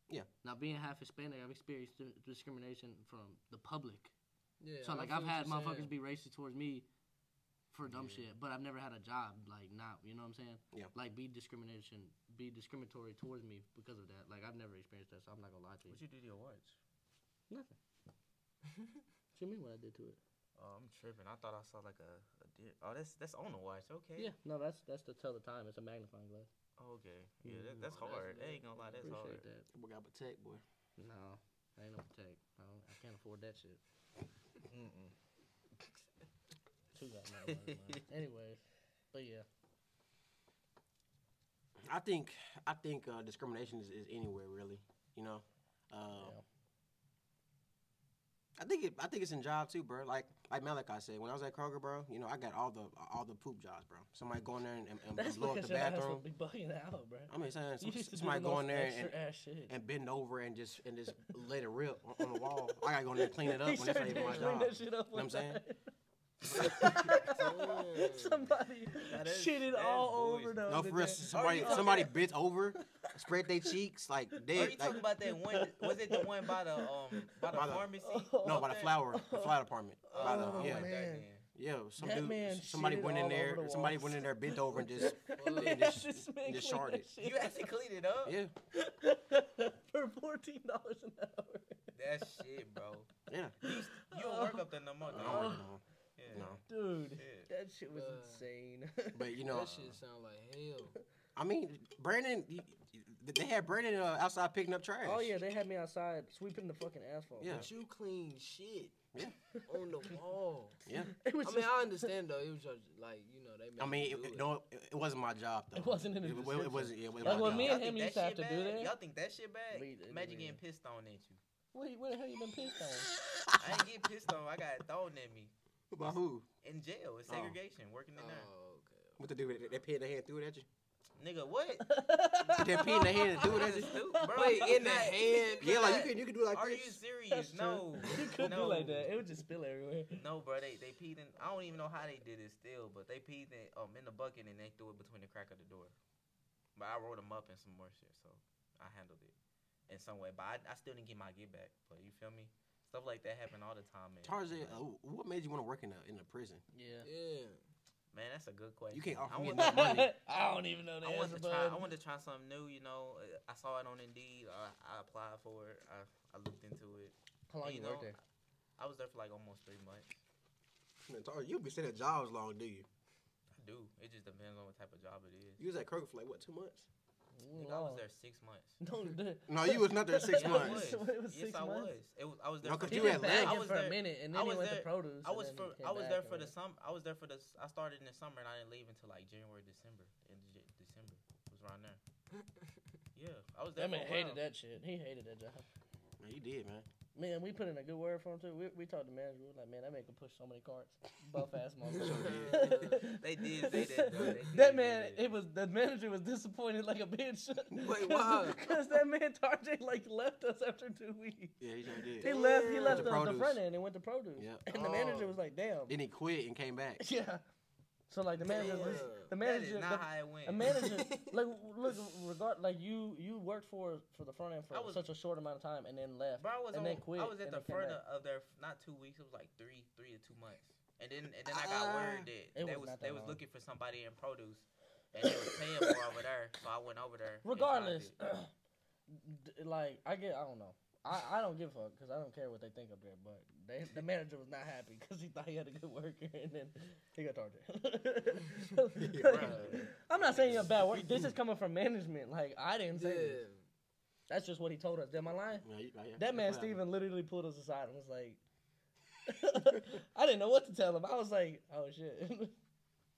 S2: Yeah.
S1: Now being half Hispanic, I've experienced di- discrimination from the public.
S3: Yeah,
S1: so
S3: I
S1: like
S3: feel
S1: I've
S3: what
S1: had
S3: you're
S1: motherfuckers
S3: saying.
S1: be racist towards me for dumb shit,
S2: Yeah.
S1: but I've never had a job like not, you know what I'm saying?
S2: Yeah.
S1: Like be discrimination, be discriminatory towards me because of that. Like I've never experienced that, so I'm not gonna lie to you.
S4: What you do to your watch?
S1: Nothing. what you mean what I did to it?
S4: Oh, I'm tripping. I thought I saw like a, a deer. Oh, that's that's on the watch. Okay.
S1: Yeah. No, that's that's to tell the time. It's a magnifying glass.
S4: Okay. Yeah, that,
S1: Mm.
S4: that's
S3: Oh, that's
S4: hard.
S3: good.
S4: I ain't gonna lie, that's hard.
S1: Appreciate that.
S2: We got protect, boy.
S1: No, I ain't no protect. I, don't, I can't afford that shit.
S4: Mm-mm.
S1: Too goddamn much money. Anyways, but yeah,
S2: I think I think uh, discrimination is, is anywhere really. You know, uh,
S1: Yeah.
S2: I think it, I think it's in job too, bro. Like like Malachi said, when I was at Kroger, bro, you know, I got all the all the poop jobs, bro. Somebody go in there and, and, and blow up the bathroom.
S1: be bugging out, bro.
S2: I mean, saying
S1: You
S2: some,
S1: used to do
S2: somebody
S1: the
S2: go
S1: most
S2: in there and,
S1: extra ass shit.
S2: and bend over and just and just let it rip on, on the wall. I gotta go in there and clean it up when
S1: He
S2: that's
S1: sure
S2: not even my
S1: did clean
S2: job.
S1: that shit up one
S2: You know what I'm
S1: time. Somebody
S4: That is-
S1: shitted
S4: that
S1: all
S4: is
S1: over
S4: bullshit.
S1: the
S2: No,
S1: other
S2: for real,
S1: day.
S2: somebody somebody bent over, spread their cheeks like
S4: Are you
S2: dead, like
S4: talking about that one? Was it the one by the um by the
S2: By the-
S4: pharmacy?
S2: no,
S4: up
S2: by the
S4: there?
S2: flower, the flower department. By the-
S1: Oh,
S2: yeah,
S1: man.
S2: yeah. Some
S1: That
S2: dude,
S1: man
S2: somebody
S1: shitted
S2: went in
S1: all
S2: there,
S1: over the
S2: somebody
S1: walls.
S2: went in there, bent over and just
S3: Well,
S2: and just, and just
S1: clean
S2: sharded.
S1: that
S4: You actually cleaned it up?
S2: Yeah,
S1: shit for fourteen dollars an hour.
S4: That shit, bro.
S2: yeah.
S4: You don't work up there no more.
S2: I
S4: do
S1: Oh.
S2: don't work
S4: you?
S2: at home.
S4: Yeah.
S2: No,
S1: Dude,
S4: Yeah.
S1: that shit was
S3: Uh,
S1: insane.
S2: but you know, uh,
S3: that shit sound like hell.
S2: I mean, Brandon, you- you- they had Brandon uh, outside picking up trash.
S1: oh yeah, they had me outside sweeping the fucking asphalt.
S2: Yeah.
S1: Yeah,
S3: But you clean shit
S2: Yeah.
S3: on the wall.
S2: yeah.
S1: it was.
S3: I mean, I understand though. It was just, like you know they. Made
S2: I mean,
S3: you
S2: it,
S3: do
S2: it, no, it, it wasn't my job though.
S1: It wasn't in the
S2: It, wa- it
S1: description.
S2: wasn't. Yeah, it wasn't
S1: Like,
S2: my
S1: when
S2: job.
S1: me
S4: Y'all
S1: and him
S4: think
S1: used
S4: that
S1: to have
S4: shit
S1: to do
S4: bad?
S1: that?
S4: Y'all think that shit bad?
S1: We didn't,
S4: Imagine
S1: we
S4: getting
S1: didn't.
S4: pissed on at you.
S1: what, what the hell you been pissed on?
S4: I didn't get pissed on. I got thrown at me
S2: By who?
S4: in jail. It's
S2: Oh.
S4: segregation, working in there.
S3: Oh, okay.
S2: What the dude? They peeing their hand through it at you.
S4: Nigga, what?
S2: They peeing their hand through it
S4: That's
S2: at you.
S4: stupid, bro.
S3: Wait,
S4: You
S3: in the
S4: not-
S3: hand?
S2: Yeah, like
S4: not-
S2: you can you can do it like
S4: Are
S2: this.
S4: you
S1: That's
S4: serious?
S1: true.
S4: No.
S1: You could do
S4: no.
S1: like that. It would just spill everywhere.
S4: No, bro, they they peed in. I don't even know how they did it still, but they peed in um in the bucket and they threw it between the crack of the door. But I rolled them up and some more shit, so I handled it in some way. But I, I still didn't get my get back. But you feel me? Stuff like that happen all the time, man.
S2: Tarzan, uh, what made you want to work in a in a prison?
S1: Yeah.
S3: Yeah.
S4: Man, that's a good question.
S2: You can't offer
S4: I
S2: me
S4: want-
S2: enough money.
S1: I don't even know the
S4: I
S1: answer,
S4: wanted to try. I
S1: bud.
S4: wanted to try something new. You know, Uh, I saw it on Indeed. I, I applied for it. I, I looked into it.
S1: How long
S4: And,
S1: you
S4: know,
S1: worked there?
S4: I was there for like almost three months.
S2: Man, Tarzan, you be sitting at jobs long, do you?
S4: I do. It just depends on what type of job it is.
S2: You was at Kroger for like what two months?
S1: Ooh,
S4: Nigga, I
S1: Lord.
S4: was there six months.
S1: Don't do it.
S2: No, you was not there six
S4: Yeah, I
S2: months.
S4: was.
S1: It was
S4: yes,
S1: six
S4: I
S1: months?
S4: was. It was. I was there.
S2: No,
S4: for
S2: 'cause
S1: He
S4: the
S2: you
S1: been
S2: had
S1: bagging
S2: left.
S4: I was
S1: for
S4: there-
S1: a minute, and
S4: I
S1: then he
S4: was
S1: went
S4: there-
S1: to produce.
S4: I
S1: and
S4: was
S1: then he
S4: for.
S1: came
S4: I was
S1: back
S4: there
S1: and
S4: for the
S1: went-
S4: sum. I was there for the. s- I started in the summer and I didn't leave until like January, December. In J- December it was around there. Yeah, I was there.
S1: That man
S4: for a
S1: hated
S4: while.
S1: that shit. He hated that job.
S2: Man, you did, man.
S1: Man, we put in a good word for him too. We, we talked to management. We were like, man, that man could push so many carts. Buff ass motherfucker.
S4: They did say that, though. They did say
S1: that man,
S4: that.
S1: it was the manager was disappointed like a bitch.
S3: Wait, why?
S1: Because that man Tarjay like left us after two weeks.
S2: Yeah, he sure
S1: He
S2: did.
S1: left. He
S3: Damn.
S1: left
S2: Went
S1: the,
S2: to
S1: the
S2: produce.
S1: front end and went to produce.
S2: Yep.
S1: And the
S3: Oh.
S1: manager was like, damn.
S2: Then he quit and came back.
S1: yeah. So like the manager, was-
S3: Damn.
S1: the
S4: That is
S1: manager,
S4: not
S1: the,
S4: how it went.
S1: a manager, like look, regard like you you worked for for the front end for
S4: I was-
S1: such a short amount of time and then left.
S4: Bro, I was
S1: and
S4: on,
S1: then quit,
S4: I was at
S1: and
S4: the
S1: then came
S4: front
S1: back.
S4: of, of their not two weeks. It was like three, three to two months, and then and then I got
S2: Ah.
S4: word that
S1: It was
S4: they was,
S1: not that
S4: they was
S1: long.
S4: looking for somebody in produce, and they was paying more over there. So I went over there. and tried
S1: Regardless,
S4: it.
S1: d- like I get, I don't know. I, I don't give a fuck because I don't care what they think up there. But they, the manager was not happy because he thought he had a good worker and then he got targeted.
S2: Bruh.
S1: I'm not saying you're a bad work. This is coming from management. Like I didn't say this.
S3: Yeah.
S1: That's just what he told us. Am I lying?
S2: Yeah, you- yeah,
S1: That man
S2: that's what happened.
S1: Steven literally pulled us aside and was like, I didn't know what to tell him. I was like, oh shit.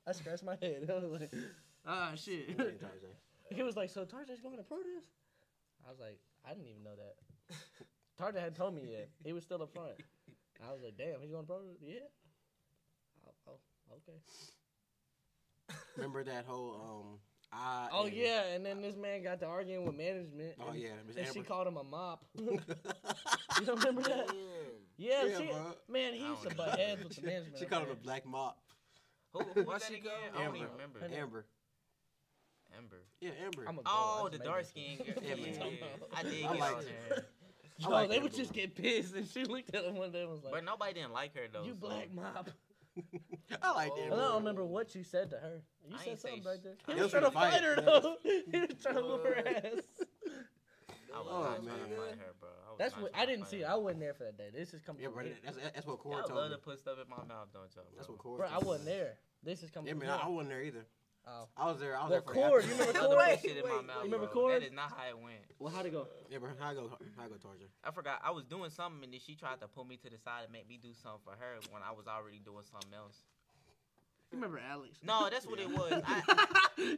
S1: I scratched my head. I was like, ah shit.
S2: Yeah, Tarzan.
S1: he was like, so Tarjan's going to produce? I was like, I didn't even know that. Tarjan hadn't told me yet. He was still up front. I was like, damn, he's going to produce? Yeah. Oh, oh, okay.
S2: Remember that whole um I
S1: Oh
S2: am-
S1: yeah, and then this man got to arguing with management.
S2: Oh
S1: and-
S2: yeah, Miss
S1: And she
S2: Amber.
S1: called him a mop. You don't remember that? Yeah,
S2: Yeah,
S1: she,
S2: bro.
S1: man, he
S4: I
S1: used to
S4: don't
S1: butt
S4: know.
S1: heads with the management.
S2: she
S1: of
S2: called him
S1: that.
S2: a black mop.
S4: Who, who
S3: Why
S4: was that
S3: she
S4: again?
S3: go-
S4: I don't even
S2: Amber.
S4: remember.
S2: Amber.
S4: Amber.
S2: Yeah, Amber.
S1: I'm a
S4: Oh,
S1: girl,
S4: the
S1: that's
S4: dark
S1: amazing.
S4: skin girl.
S2: Yeah,
S4: Yeah,
S2: man.
S4: I did
S2: I
S4: get
S2: like
S4: on
S2: it.
S4: there.
S2: I
S1: Yo,
S2: like
S1: they
S2: Amber.
S1: would just get pissed, and she looked at him one day and was like,
S4: But nobody didn't like her though.
S1: "You
S4: so-
S1: black mop."
S2: I like
S3: Oh.
S1: And I don't
S2: Amber.
S1: remember what you said to her. You
S4: I
S1: said
S4: ain't say
S1: something
S4: sh-
S1: right there.
S4: I
S1: He was
S2: was
S1: trying to
S2: gonna
S1: fight
S2: fight
S1: her
S2: her.
S1: though. he was trying to whoop
S4: Uh,
S1: her ass.
S4: I was
S2: Oh,
S4: not trying to
S2: man.
S4: fight her, bro. I was
S1: That's
S4: not
S1: what
S4: trying
S1: I
S4: to
S1: didn't
S4: fight
S1: see.
S4: her.
S1: it. I wasn't there for that day. This is coming
S2: Yeah,
S1: from
S2: bro.
S1: me.
S2: That's that's what Corey
S4: Y'all
S2: told
S4: love
S2: me.
S4: to put stuff in my mouth, don't y'all? Bro?
S2: That's what Corey.
S1: Bro, I
S2: told me.
S1: wasn't there. This is coming.
S2: Yeah,
S1: from
S2: man.
S1: me.
S2: I, I wasn't there either.
S1: Oh.
S2: I was there. I was
S1: But
S2: there for.
S1: Corey,
S2: after-
S1: you remember
S4: Y'all
S1: Corey?
S4: love to put shit in my
S3: wait,
S4: mouth,
S1: wait. Remember
S4: bro.
S1: Corey?
S4: That is not how it went.
S1: Well, how'd it go?
S2: Yeah, bro. How I go? How I go towards her?
S4: I forgot. I was doing something, and then she tried to pull me to the side and make me do something for her when I was already doing something else.
S1: You remember Alex?
S4: No, that's what it was. I,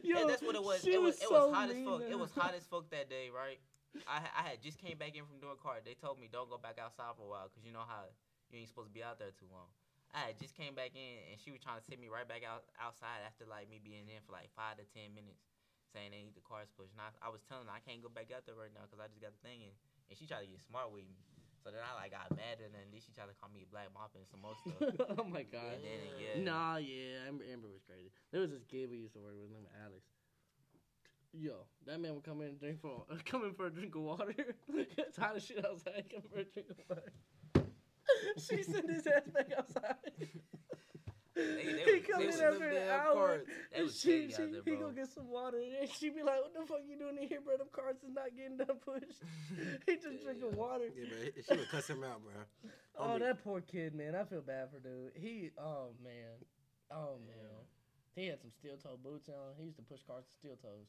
S1: Yo,
S4: and that's what it was.
S1: she
S4: It was, it was
S1: so
S4: hot as
S1: mean
S4: fuck.
S1: to
S4: It was
S1: her.
S4: hot as fuck that day, right? I ha- I had just came back in from doing card. They told me don't go back outside for a while because you know how you ain't supposed to be out there too long. I had just came back in and she was trying to send me right back out outside after like me being in for like five to ten minutes, saying they need the cars pushed. And I, I was telling her I can't go back out there right now because I just got the thing in. And she tried to get smart with me, so then I like got mad at her and then she tried to call me a black mop and some more stuff.
S1: oh my god.
S4: and then yeah,
S1: Nah, yeah, Amber, Amber was crazy. There was this kid we used to work with, his name was Alex. Yo, that man would come in and drink for come in for a drink of water. it's hot as shit outside. Come for a drink of water. she sent his ass back outside.
S4: they
S1: he
S4: was-
S1: come
S4: they
S1: in
S4: was-
S1: after an hour,
S4: They
S1: and
S4: was
S1: she,
S4: shady
S1: she
S4: out there,
S1: he
S4: bro.
S1: go get some water, and she be like, "What the fuck you doing in here, bro? Them cards is not getting done pushed. he just drinking water."
S2: Yeah, bro. She would cuss him out, bro.
S1: Oh,
S2: Homie.
S1: that poor kid, man. I feel bad for dude. He, oh man, oh man. He had some steel toe boots on. He used to push cars to steel toes.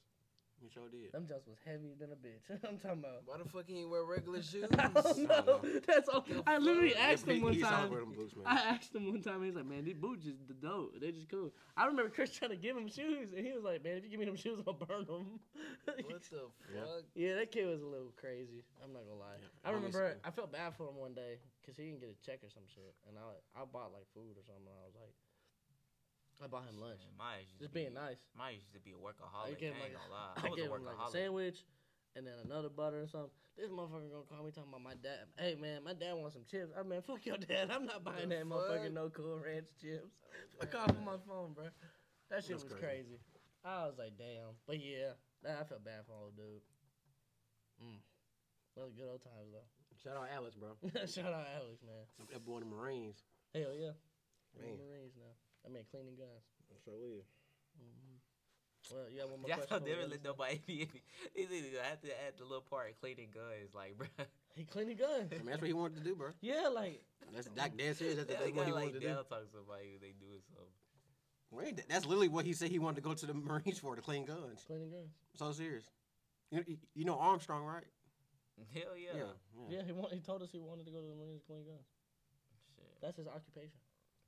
S2: You sure did.
S1: Them jumps was heavier than a bitch. I'm talking about.
S3: Why the fuck he ain't wear regular shoes?
S1: I don't know. That's all. I literally
S3: fuck?
S1: asked him one
S2: He's all over
S1: time.
S2: them boots, man.
S1: I asked him one time. He's like, "Man, these boots is the dope. They just cool." I remember Chris trying to give him shoes, and he was like, "Man, if you give me them shoes, I'll burn them."
S3: What the
S2: Yeah.
S3: fuck?
S1: Yeah, that kid was a little crazy. I'm not gonna lie.
S2: Yeah,
S1: I
S2: I was-
S1: remember I felt bad for him one day because he didn't get a check or some shit, and I I bought like food or something. And I was like, I bought him lunch,
S4: Man, Maya used to
S1: just
S4: be-
S1: being nice.
S4: Mine used to be a
S1: I
S4: workaholic. I,
S1: gave him like
S4: ain't gonna lie.
S1: a, I
S4: I was a
S1: gave him like a
S4: workaholic.
S1: sandwich, and then another butter or something. This motherfucker gonna call me talking about my dad. Hey man, my dad wants some chips. I mean, fuck your dad. I'm not buying
S3: The
S1: that motherfucking
S3: fuck?
S1: no cool ranch chips. I called from my phone, bro. That shit
S2: That's
S1: was
S2: crazy.
S1: crazy. I was like, damn. But yeah, nah, I felt bad for old dude. Mm. Those good old times though.
S2: Shout out Alex, bro.
S1: Shout out Alex, man.
S2: That boy in the Marines.
S1: Hell yeah. We're
S2: Man.
S1: Marines now. I mean, cleaning guns.
S2: Sure will.
S1: hmm Well, you have one more
S4: That's how
S1: question.
S4: different
S1: Corey?
S4: let nobody be. in it. These niggas have to add the little part cleaning guns, like, bro.
S1: He cleaning guns.
S2: I mean, that's what he wanted to do, bro.
S1: Yeah, like
S2: That's that dead serious. That's,
S4: They
S2: that's
S4: gotta,
S2: what he
S4: like uh,
S2: wanted to do.
S4: down talk somebody if they doing something.
S2: Wait, that- that's literally what he said he wanted to go to the Marines for to clean guns.
S1: cleaning guns.
S2: So serious. You, you, you know Armstrong, right?
S4: Hell yeah.
S1: Yeah, he want, he told us he wanted to go to the Marines to clean guns.
S4: Shit.
S1: That's his occupation.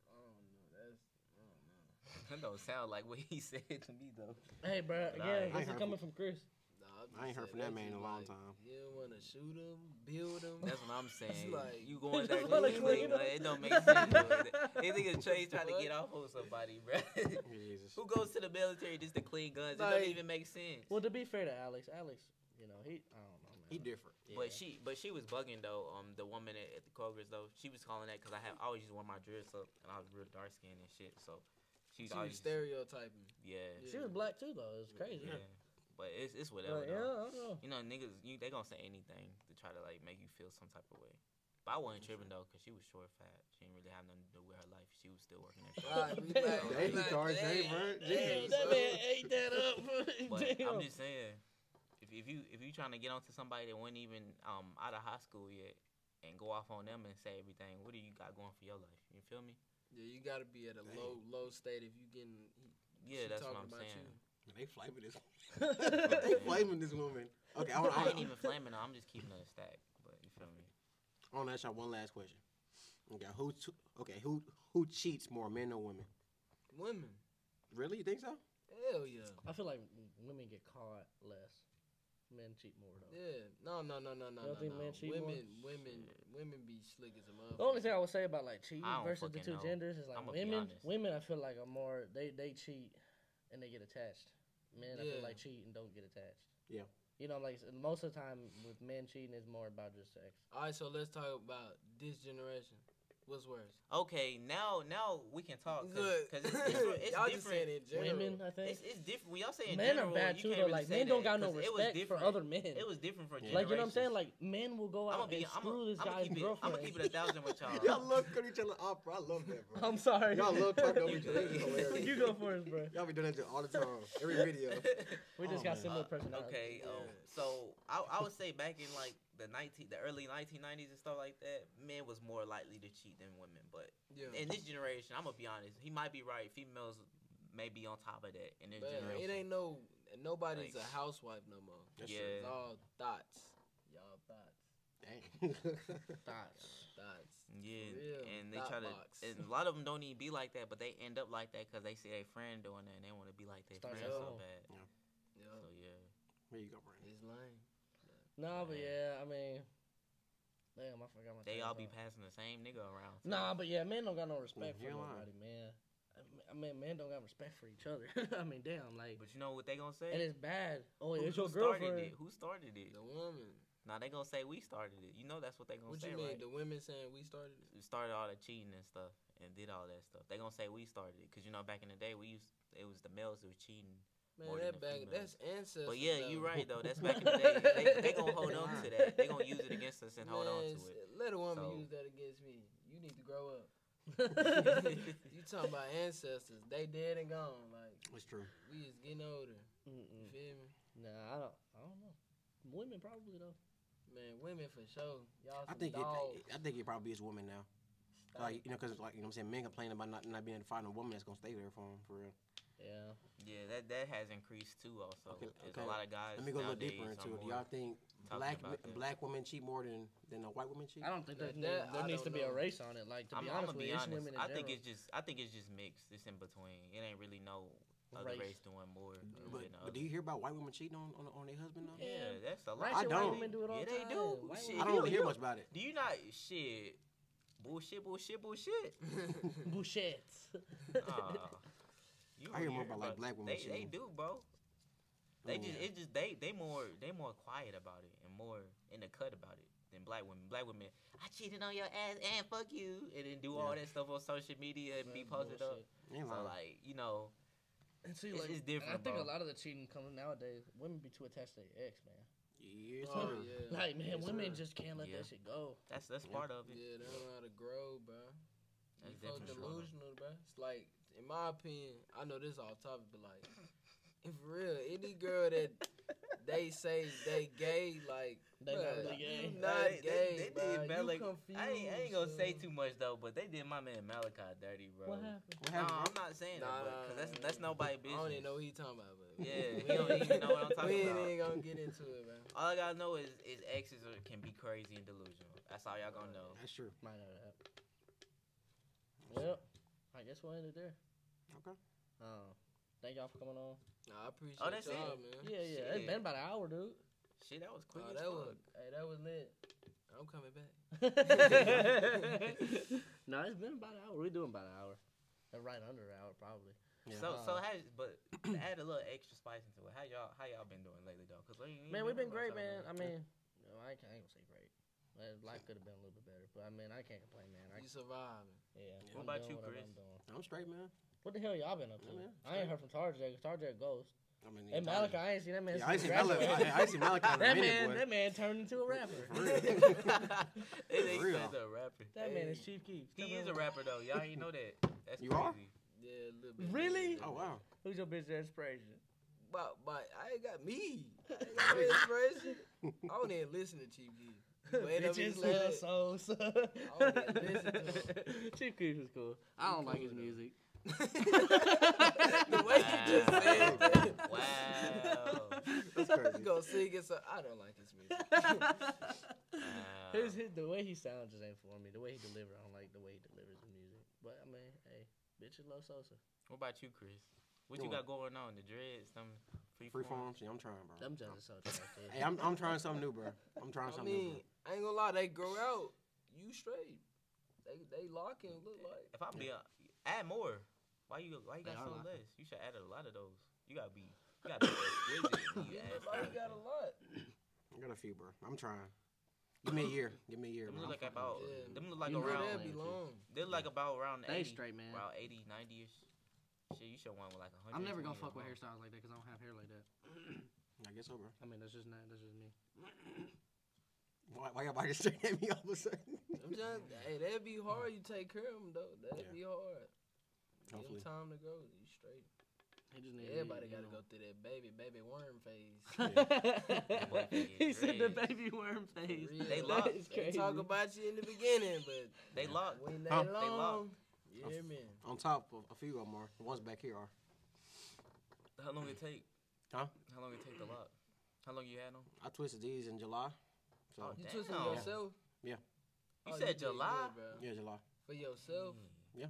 S3: I don't know. That's I don't know.
S4: That don't sound like what he said to me though.
S1: Hey, bro.
S4: But I
S1: Again,
S4: ain't-
S1: this is
S2: I
S1: coming from Chris.
S3: Nah, I'm
S2: I ain't
S3: just saying,
S2: heard from that
S3: that's
S2: man in a
S3: just
S2: long
S3: like,
S2: time.
S3: You don't want to shoot him, build him.
S4: That's what I'm saying.
S3: like-
S4: you going
S1: Just
S4: there
S1: wanna clean
S4: clean,
S1: up.
S4: like, it don't make sense. bro. They think a train trying to get off on somebody, bro.
S2: Jesus.
S4: Who goes to the military just to clean guns? It
S3: Like-
S4: don't even make sense.
S1: Well, to be fair to Alex, Alex, you know, he um, I don't know, man.
S2: He different.
S1: Yeah.
S4: But she, but she was bugging though. Um, the woman at, at the Kroger's though, she was calling that because I have I always used to wear my dress up and I was real dark skinned and shit. So she
S3: She
S4: was
S3: was
S4: always
S3: stereotyping.
S4: yeah,
S1: she was black too though. It was crazy.
S4: yeah. But it's it's
S1: But,
S4: whatever.
S1: yeah,
S4: though.
S1: I don't know.
S4: You know, niggas, you, they gonna say anything to try to like make you feel some type of way. But I wasn't tripping though, cause she was short fat. She didn't really have nothing to do with her life. She was still working. At
S3: All right, we back.
S4: So,
S3: we
S2: Dang,
S3: back.
S2: Tarzan,
S3: Damn,
S2: bro.
S3: damn,
S2: Jesus.
S3: that man-
S1: ate that
S4: But
S1: up.
S4: I'm just saying, if, if you if you trying to get onto somebody that wasn't even um out of high school yet and go off on them and say everything, what do you got going for your life? You feel me?
S3: Yeah, you gotta be at a
S2: Dang.
S3: low, low state if you getting.
S4: Yeah,
S3: she
S4: that's
S3: talking about
S4: what I'm saying.
S2: They flaming this.
S1: Damn.
S2: they flaming this woman. Okay, I want
S4: I
S2: to
S4: ain't even flaming. her, I'm just keeping it a stack. But you feel me?
S2: I want to ask y'all one last question. Okay, who? t- okay, who? Who cheats more, men or women?
S3: You. Women,
S2: Really? You think so?
S3: hell yeah,
S1: I feel like women get caught less. Men cheat more though.
S3: yeah. No, no, no, no, no,
S1: Y'all
S3: no.
S1: think
S3: no.
S1: men cheat more?
S3: women, women, women be slick as a motherfucker.
S1: The only thing I would say about like cheating
S4: I don't
S1: versus the
S4: fucking
S1: two
S4: know.
S1: genders is like
S4: I'ma be
S1: women.
S4: honest.
S1: Women, I feel like are more they they cheat, and they get attached. men, I feel
S3: Yeah.
S1: like cheat and don't get attached.
S2: Yeah.
S1: You know, like s- most of the time with men cheating is more about just sex.
S3: All right, so let's talk about this generation. What's worse?
S4: Okay, now now we can talk because
S3: Good.
S4: Oh, it's, it's, it's
S3: Y'all just saying
S4: different.
S3: in general.
S1: Women, I think.
S4: It's, it's different. When y'all say in
S1: men
S4: general,
S1: are bad
S4: you
S1: too,
S4: can't
S1: though.
S4: really
S1: Like
S4: say
S1: men don't
S4: that,
S1: got no
S4: 'cause
S1: respect for
S4: different.
S1: other men.
S4: It was different for
S2: Yeah.
S1: like you know what I'm saying?
S4: generations.
S1: Like men will go
S4: I'm
S1: out
S4: gonna be.
S1: and
S4: I'm
S1: screw
S4: gonna,
S1: this guy's
S4: keep it, I'm
S1: girlfriend.
S4: gonna keep it a thousand with y'all.
S2: Y'all love cutting each other off, bro. I love that, bro.
S1: I'm sorry.
S2: Y'all love talking over each other. That's hilarious.
S1: you go first, bro.
S2: Y'all be doing that shit all the time, every video.
S1: We just
S2: Oh,
S1: got
S2: man.
S1: similar
S4: Uh,
S1: personalities.
S4: Okay, um,
S3: Yeah.
S4: so I, I would say back in like the nineteen, the early nineteen nineties and stuff like that, men was more likely to cheat than women. But
S3: Yeah.
S4: in this generation, I'm gonna be honest, he might be right. Females may be on top of that in this
S3: Man, it
S4: generation.
S3: ain't no nobody's
S4: Like-
S3: a housewife no more.
S2: That's
S4: yeah,
S3: It's all thoughts. Y'all thoughts.
S2: Dang.
S1: Thoughts.
S3: Thoughts.
S4: yeah,
S3: real
S4: and they
S3: thought
S4: try to,
S3: box.
S4: and a lot of them don't even be like that, but they end up like that because they see their friend doing that and they want to be like their
S1: Starts
S4: friend
S1: at
S4: so
S1: home.
S4: bad.
S3: Yeah.
S4: So yeah,
S2: Here you go, Brandon.
S3: It's lame.
S1: Nah, but
S4: Yeah.
S1: yeah, I mean, damn, I forgot my.
S4: they
S1: train
S4: all
S1: of
S4: be
S1: thought.
S4: passing the same nigga around. too.
S1: Nah, but yeah, men don't got no respect for
S2: you're lying.
S1: nobody, man. I mean- I mean, men don't got respect for each other. I mean, damn, like,
S4: but you know what they gonna say?
S1: and it's bad. Oh,
S4: Who-
S1: it's
S4: who
S1: your
S4: started
S1: girlfriend.
S4: it? Who started it?
S3: The woman.
S4: Now they gonna say we started it. You know that's what they gonna
S3: What
S4: say,
S3: you mean?
S4: right?
S3: The women saying we started it?
S4: We started all the cheating and stuff and did all that stuff. They gonna say we started it because you know back in the day we used it was the males that was cheating.
S3: Man,
S4: More than
S3: that
S4: the
S3: back, that's
S4: females.
S3: ancestry.
S4: but yeah,
S3: though.
S4: you right though. That's back in the day. They, they gonna hold on to that. They gonna use it against us and hold on
S3: Man,
S4: to
S3: s-
S4: it.
S3: Let a woman
S4: So-
S3: use that against me. You need to grow up.
S1: Mm-mm.
S3: You talking about ancestors? They dead and gone. Like
S2: That's true.
S3: we is getting older. You
S4: Mm.
S3: feel me?
S1: nah, I don't. I don't know. Women probably though.
S3: Man, women for sure. Y'all
S2: I
S3: some
S2: think it,
S3: dogs.
S2: I think it probably is women now. Like you know, cause like you know, what I'm saying men complain about not, not being able to find a woman that's gonna stay there for them for real.
S1: Yeah.
S4: Yeah, that that has increased too. Also,
S2: Okay,
S4: there's
S2: okay.
S4: a lot of guys.
S2: Let me go a little
S4: nowadays
S2: deeper into
S4: are
S2: it. Do
S4: more
S2: y'all think
S4: talking
S2: black
S4: about
S2: men-
S4: that.
S2: black women cheat more than than a white women cheat?
S1: I don't think there's
S3: That-
S1: no-
S3: that
S1: there
S3: I
S1: needs to
S3: don't
S1: be a
S3: know.
S1: race on it. Like to
S4: I'm,
S1: be
S4: I'm
S1: honest with
S4: gonna
S1: you,
S4: be
S1: it's
S4: honest.
S1: women in
S4: I
S1: general.
S4: think it's just I think it's just mixed. It's in between. It ain't really no other
S1: Race.
S4: race, doing more. or
S2: But,
S4: than the
S2: but do
S4: other.
S2: you hear about white women cheating on on, on their husband now?
S4: yeah, that's a lot.
S1: Ratchet
S2: I don't.
S1: White women do it all
S4: yeah,
S1: the
S4: they
S1: time.
S4: do.
S1: White
S4: Shit,
S1: women
S2: I don't
S4: you
S2: really hear
S4: you-
S2: much about it.
S4: Do you not shit? Bullshit, bullshit, bullshit.
S1: Bouchette.
S4: Aw. Oh. you
S2: I hear
S4: really
S2: more about like black women
S4: They, they
S2: cheating.
S4: do, bro. They
S2: Mm.
S4: just it just they they more they more quiet about it and more in the cut about it than black women. Black women, I cheated on your ass and fuck you, and then do all
S2: Yeah.
S4: that stuff on social media and be posted up.
S2: Ain't
S4: So
S2: lying.
S4: like you know,
S1: And see,
S4: It's-
S1: like,
S4: it's different,
S1: I think
S4: bro.
S1: a lot of the cheating coming nowadays, women be too attached to their ex, man.
S2: yes,
S3: Oh,
S2: sir.
S3: yeah.
S1: Like, man,
S2: Yes,
S1: women
S2: sir.
S1: just can't let
S4: Yeah.
S1: that shit go.
S4: that's that's
S2: Yeah.
S4: part of it.
S3: Yeah, they don't know how to grow, bro.
S4: That's
S3: you folks
S4: definitely part of it.
S3: delusional, bro. It's like, in my opinion, I know this off topic, but like, if real, any girl that they say they gay, like,
S1: They
S3: bruh,
S1: not really
S3: you
S1: gay.
S3: not
S4: They- they-
S3: gay,
S4: they did
S3: bruh.
S4: Malik-
S3: You confused.
S4: I ain't, I ain't gonna say
S3: bruh.
S4: too much though, but they did my man Malachi dirty, bro.
S1: What happened?
S2: What
S4: No,
S2: happened, bro?
S4: I'm not saying
S3: Nah,
S4: that,
S3: nah,
S4: because that's
S3: nah,
S4: that's
S3: nah.
S4: nobody
S3: I
S4: business.
S3: don't even know what he talking about, but
S4: Yeah, we don't even know what I'm talking
S3: we
S4: about.
S3: ain't gonna get into it, man.
S4: All I gotta know is is exes are, can be crazy and delusional. That's all y'all gonna know.
S2: That's true.
S1: Might not have. Well, I guess we'll end it there.
S2: Okay.
S1: Um, thank y'all for coming on.
S3: Nah, I appreciate
S4: Oh, that's
S3: y'all,
S4: it.
S3: man.
S1: Yeah, yeah. It's
S4: Shit.
S1: been about an hour, dude.
S4: Shit, that was quick
S3: Oh,
S4: as
S3: that
S4: fuck.
S3: was, hey, that was lit. I'm coming back.
S1: no, it's been about an hour. We're doing about an hour. Uh, Right under an hour, probably.
S2: Yeah.
S4: So so
S1: Uh,
S4: has but to add a little extra spice into it. How y'all how y'all been doing lately though? Cause we ain't
S1: Man,
S4: even
S1: we've been great,
S4: really
S1: man.
S4: talking
S1: I
S4: Mm, about it.
S1: mean, no, I, can't, I ain't gonna say great. Uh, Life could have been a little bit better, but I mean, I can't complain, man. I,
S3: You surviving.
S1: yeah. I'm
S4: What about
S1: doing
S4: you,
S1: whatever
S4: Chris?
S1: I'm doing.
S2: I'm straight, man.
S1: What the hell y'all been up to?
S2: Yeah, man,
S1: I ain't heard from Tarjay. Tarjay a ghost.
S2: I mean,
S1: And Malachi, I ain't seen that man.
S2: Yeah, I ain't
S1: since
S2: seen
S1: he
S2: Malachi.
S1: graduated.
S2: I, I ain't seen Malachi in a
S1: That
S2: minute,
S1: man,
S2: boy.
S1: that man turned into a rapper.
S2: For real.
S4: It ain't
S2: real.
S4: said the rapper.
S1: That man is
S3: Hey.
S1: Chief Keef.
S4: He is a rapper though. Y'all ain't know that. That's
S2: You are?
S4: crazy.
S3: Yeah, a little bit.
S1: Really?
S2: oh wow.
S1: Who's your bitch inspiration?
S3: But but I ain't got me. I ain't got no inspiration. I don't even listen to Chief Keef. Wait up,
S1: Bitches
S3: he's like-
S1: love soul. so-
S3: don't even listen to
S1: Chief Keef is cool. I don't like his music.
S3: the way you just said that.
S4: Wow.
S2: That's crazy.
S3: Go sing it. So I don't like his music.
S4: Wow.
S1: His, his the way he sounds just ain't for me. The way he delivers, I don't like the way he delivers his music. But I mean, hey, bitches love Sosa.
S4: What about you, Chris? What
S2: Doing.
S4: you got going on? The dreads, some free,
S2: Free
S4: form?
S2: form. See, I'm trying, bro.
S4: Oh,
S1: Them judges so attractive.
S2: Hey, I'm I'm trying something new, bro. I'm trying
S3: I
S2: something new.
S3: mean,
S2: Bro.
S3: I ain't gonna lie. They grow out. You straight. They they locking. Look like.
S4: If I be a, add more, why you why you
S1: They are
S4: got so
S1: locking.
S4: less? You should add a lot of those. You gotta be You gotta be exquisite when you ask
S3: Why
S4: that.
S3: you got a lot?
S2: I got a few, bro. I'm trying. Give me a year. Give me a year.
S4: Them
S2: bro.
S4: look like
S2: I'm fucking
S4: about
S2: with you.
S3: Yeah.
S4: them look like
S1: You know
S3: Bro,
S4: around
S1: that
S3: that'd be
S1: man, too.
S3: long.
S4: they look like about around
S1: They
S4: 80,
S1: straight, man.
S4: around 80, 90 ish. Shit, you should want with like a hundred.
S1: I'm never gonna fuck with hairstyles like that because I don't have hair like that.
S2: I guess so, bro.
S1: I mean, that's just not. That's just me.
S2: Why, why y'all just staring at me all of a sudden?
S3: I'm just, hey, that'd be hard. You take care of them though. That'd
S2: Yeah.
S3: be hard. Give
S2: Hopefully.
S3: 'em time to grow. You straight.
S1: They just need
S3: Everybody
S1: you
S3: gotta
S1: know.
S3: go through that baby, baby worm phase.
S1: he said the
S4: dreads.
S1: baby worm face.
S3: For real.
S4: They
S1: That
S4: love-
S1: is
S3: They
S1: crazy.
S3: talk about you in the beginning, but
S4: They lock.
S3: when
S2: Huh.
S3: that
S2: They
S3: long,
S4: lock.
S3: you hear me?
S2: On top of a few of them are. The ones back here are.
S4: How long it take?
S2: Huh?
S4: How long it take to lock? How long you had them?
S2: I twisted these in July. So,
S4: Oh,
S3: You twisting
S4: Damn.
S3: yourself?
S4: You
S3: Oh,
S4: said
S3: did good,
S4: July.
S3: bro.
S2: yeah, July.
S3: For yourself?
S4: Mm,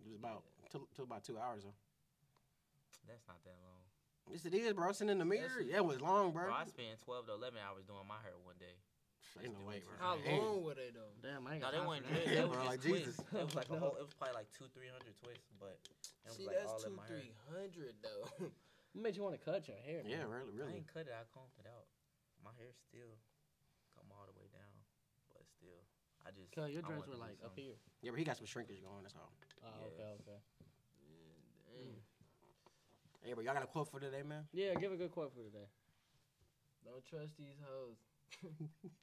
S2: It was about, till, till about two hours, though.
S4: That's not that long.
S2: Yes, it is, bro. I seen it in the mirror. Yeah, it was long, bro.
S4: Bro, I spent twelve to eleven hours doing my hair one day.
S2: Ain't no way, bro.
S3: How
S2: Damn.
S3: long were they though?
S1: Damn, I ain't got
S4: No, they
S1: time
S4: weren't
S1: for that.
S4: good.
S2: Yeah,
S4: They was
S2: bro, like
S4: just twists.
S2: Jesus.
S4: It was like
S1: No.
S4: a whole. It was probably like two, three hundred twists, but it was
S3: See,
S4: like all
S3: that's
S4: in
S3: two,
S4: my hair.
S3: three hundred though.
S1: It made you want to cut your hair. man.
S2: Yeah, really,
S4: I
S2: really.
S4: ain't cut it. I combed it out. My hair still come all the way down, but still, I just.
S1: Cause your
S4: I
S1: dreads
S4: wanted
S1: were
S4: to do
S1: like up
S4: something.
S1: here.
S2: Yeah, but he got some shrinkage going. That's all.
S1: Oh,
S4: Yeah.
S1: okay, okay.
S3: Yeah, dang.
S2: Hey, bro, y'all got a quote for today, man?
S1: Yeah, give a good quote for today.
S3: Don't trust these hoes.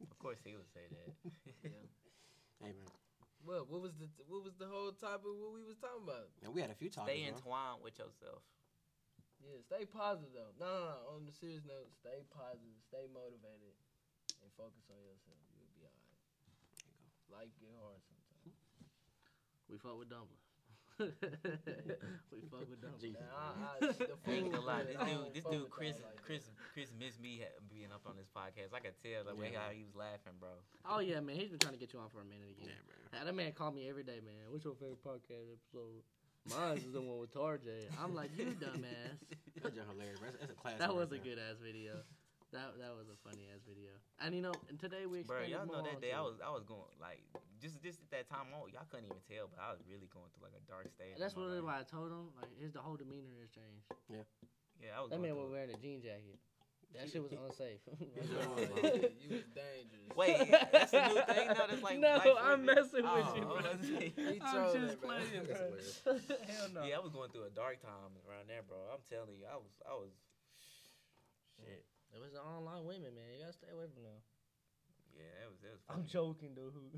S4: Of course, he would say that.
S3: Yeah.
S2: Hey, man.
S3: What? What was the What was the whole topic? What we was talking about?
S2: Yeah, we had a few topics.
S4: Stay
S2: bro.
S4: entwined with yourself.
S3: Yeah, stay positive though. No, no, no. On the serious note, stay positive, stay motivated, and focus on yourself. You'll be alright. Life get hard sometimes.
S1: We fuck with Dumbler. we fuck with Dumbler.
S2: Jesus.
S3: Now, I, I, the
S4: Ain't gonna
S3: food good,
S4: lie, this
S3: I
S4: dude,
S3: don't
S4: this
S3: fuck
S4: dude,
S3: with
S4: Chris,
S3: y'all like
S4: Chris,
S3: that.
S4: Chris missed me ha- being up on this podcast. I could tell the way
S2: Yeah.
S4: how he was laughing, bro.
S1: Oh yeah, man, he's been trying to get you on for a minute again.
S2: Yeah, bro.
S1: Yeah. That man called me every day, man. What's your favorite podcast episode? Mine is the one with Tarjay. I'm like, you dumbass.
S2: That's just hilarious. Bro. That's, that's a classic.
S1: That
S2: right
S1: was a
S2: there.
S1: good ass video. That that was a funny ass video. And you know, and today we
S4: Bro,
S1: expanded
S4: y'all know
S1: more
S4: that day I
S1: onto-
S4: was, I was going like just, just at that time, oh, y'all couldn't even tell, but I was really going through like a dark stage.
S1: And that's
S4: in my
S1: really why
S4: life.
S1: I told him. Like his the whole demeanor has changed.
S4: Yeah, I was.
S1: That man
S4: going
S1: was
S4: through
S1: wearing a jean jacket. That shit was unsafe.
S3: Yeah, you was dangerous.
S4: Wait, that's a new thing now. That's like
S1: no,
S4: life for
S1: I'm
S4: me.
S1: messing
S4: Oh,
S1: with you.
S4: I was gonna say.
S3: He
S1: I'm
S3: trolling,
S1: just
S3: bro.
S1: playing,
S2: That's
S1: bro.
S2: hilarious.
S1: Hell no.
S4: Yeah, I was going through a dark time around there, bro. I'm telling you, I was, I was, shit.
S1: It was the online women, man. You gotta stay away from them.
S4: Yeah, that was, that was.
S1: I'm
S4: fucking-
S1: joking, dude.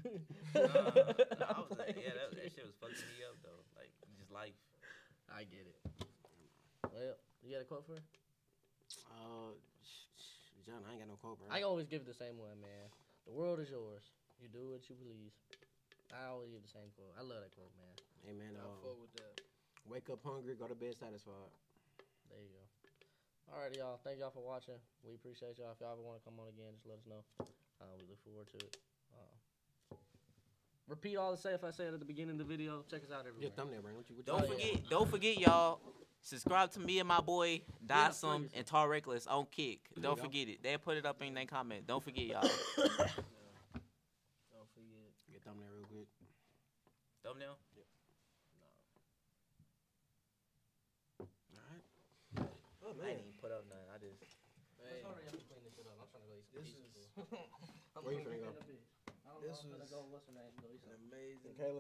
S4: Nah, nah, I
S1: I'm
S4: was,
S1: playing
S4: yeah, that,
S1: with you.
S4: that shit was fucking me up though. Like just life.
S1: I get it. Well, you got a quote for it?
S2: Uh, sh- sh- John, I ain't got no quote, bro.
S1: I always give the same one, man. The world is yours. You do what you please. I always give the same quote. I love that quote, man.
S2: hey, man.
S3: I
S2: Uh,
S3: fuck with that.
S2: wake up hungry, go to bed satisfied.
S1: There you go. All right, y'all. Thank y'all for watching. We appreciate y'all. If y'all ever want to come on again, just let us know. Uh, we look forward to it. Uh, repeat all the say if I say it at the beginning of the video. Check us out
S2: Your
S1: everywhere.
S2: thumbnail, bro. What you? What you
S4: Don't
S1: Oh, yeah.
S4: forget, don't forget, y'all. Subscribe to me and my boy
S1: Yeah,
S4: Dawson
S1: please.
S4: and Tar Reckless on Kick.
S2: you
S4: Don't
S2: go.
S4: forget it. They put it up in their comment. Don't forget, y'all.
S3: Don't forget.
S2: Your thumbnail real good.
S4: Thumbnail.
S2: All right. Oh
S4: I didn't even put up nothing. I just.
S3: Man, this is
S2: Where you finna go?
S1: I
S3: This
S1: don't know, I'm
S3: was
S1: finna go, what's her name, go eat
S3: an
S1: something.
S3: amazing.
S2: Kayla.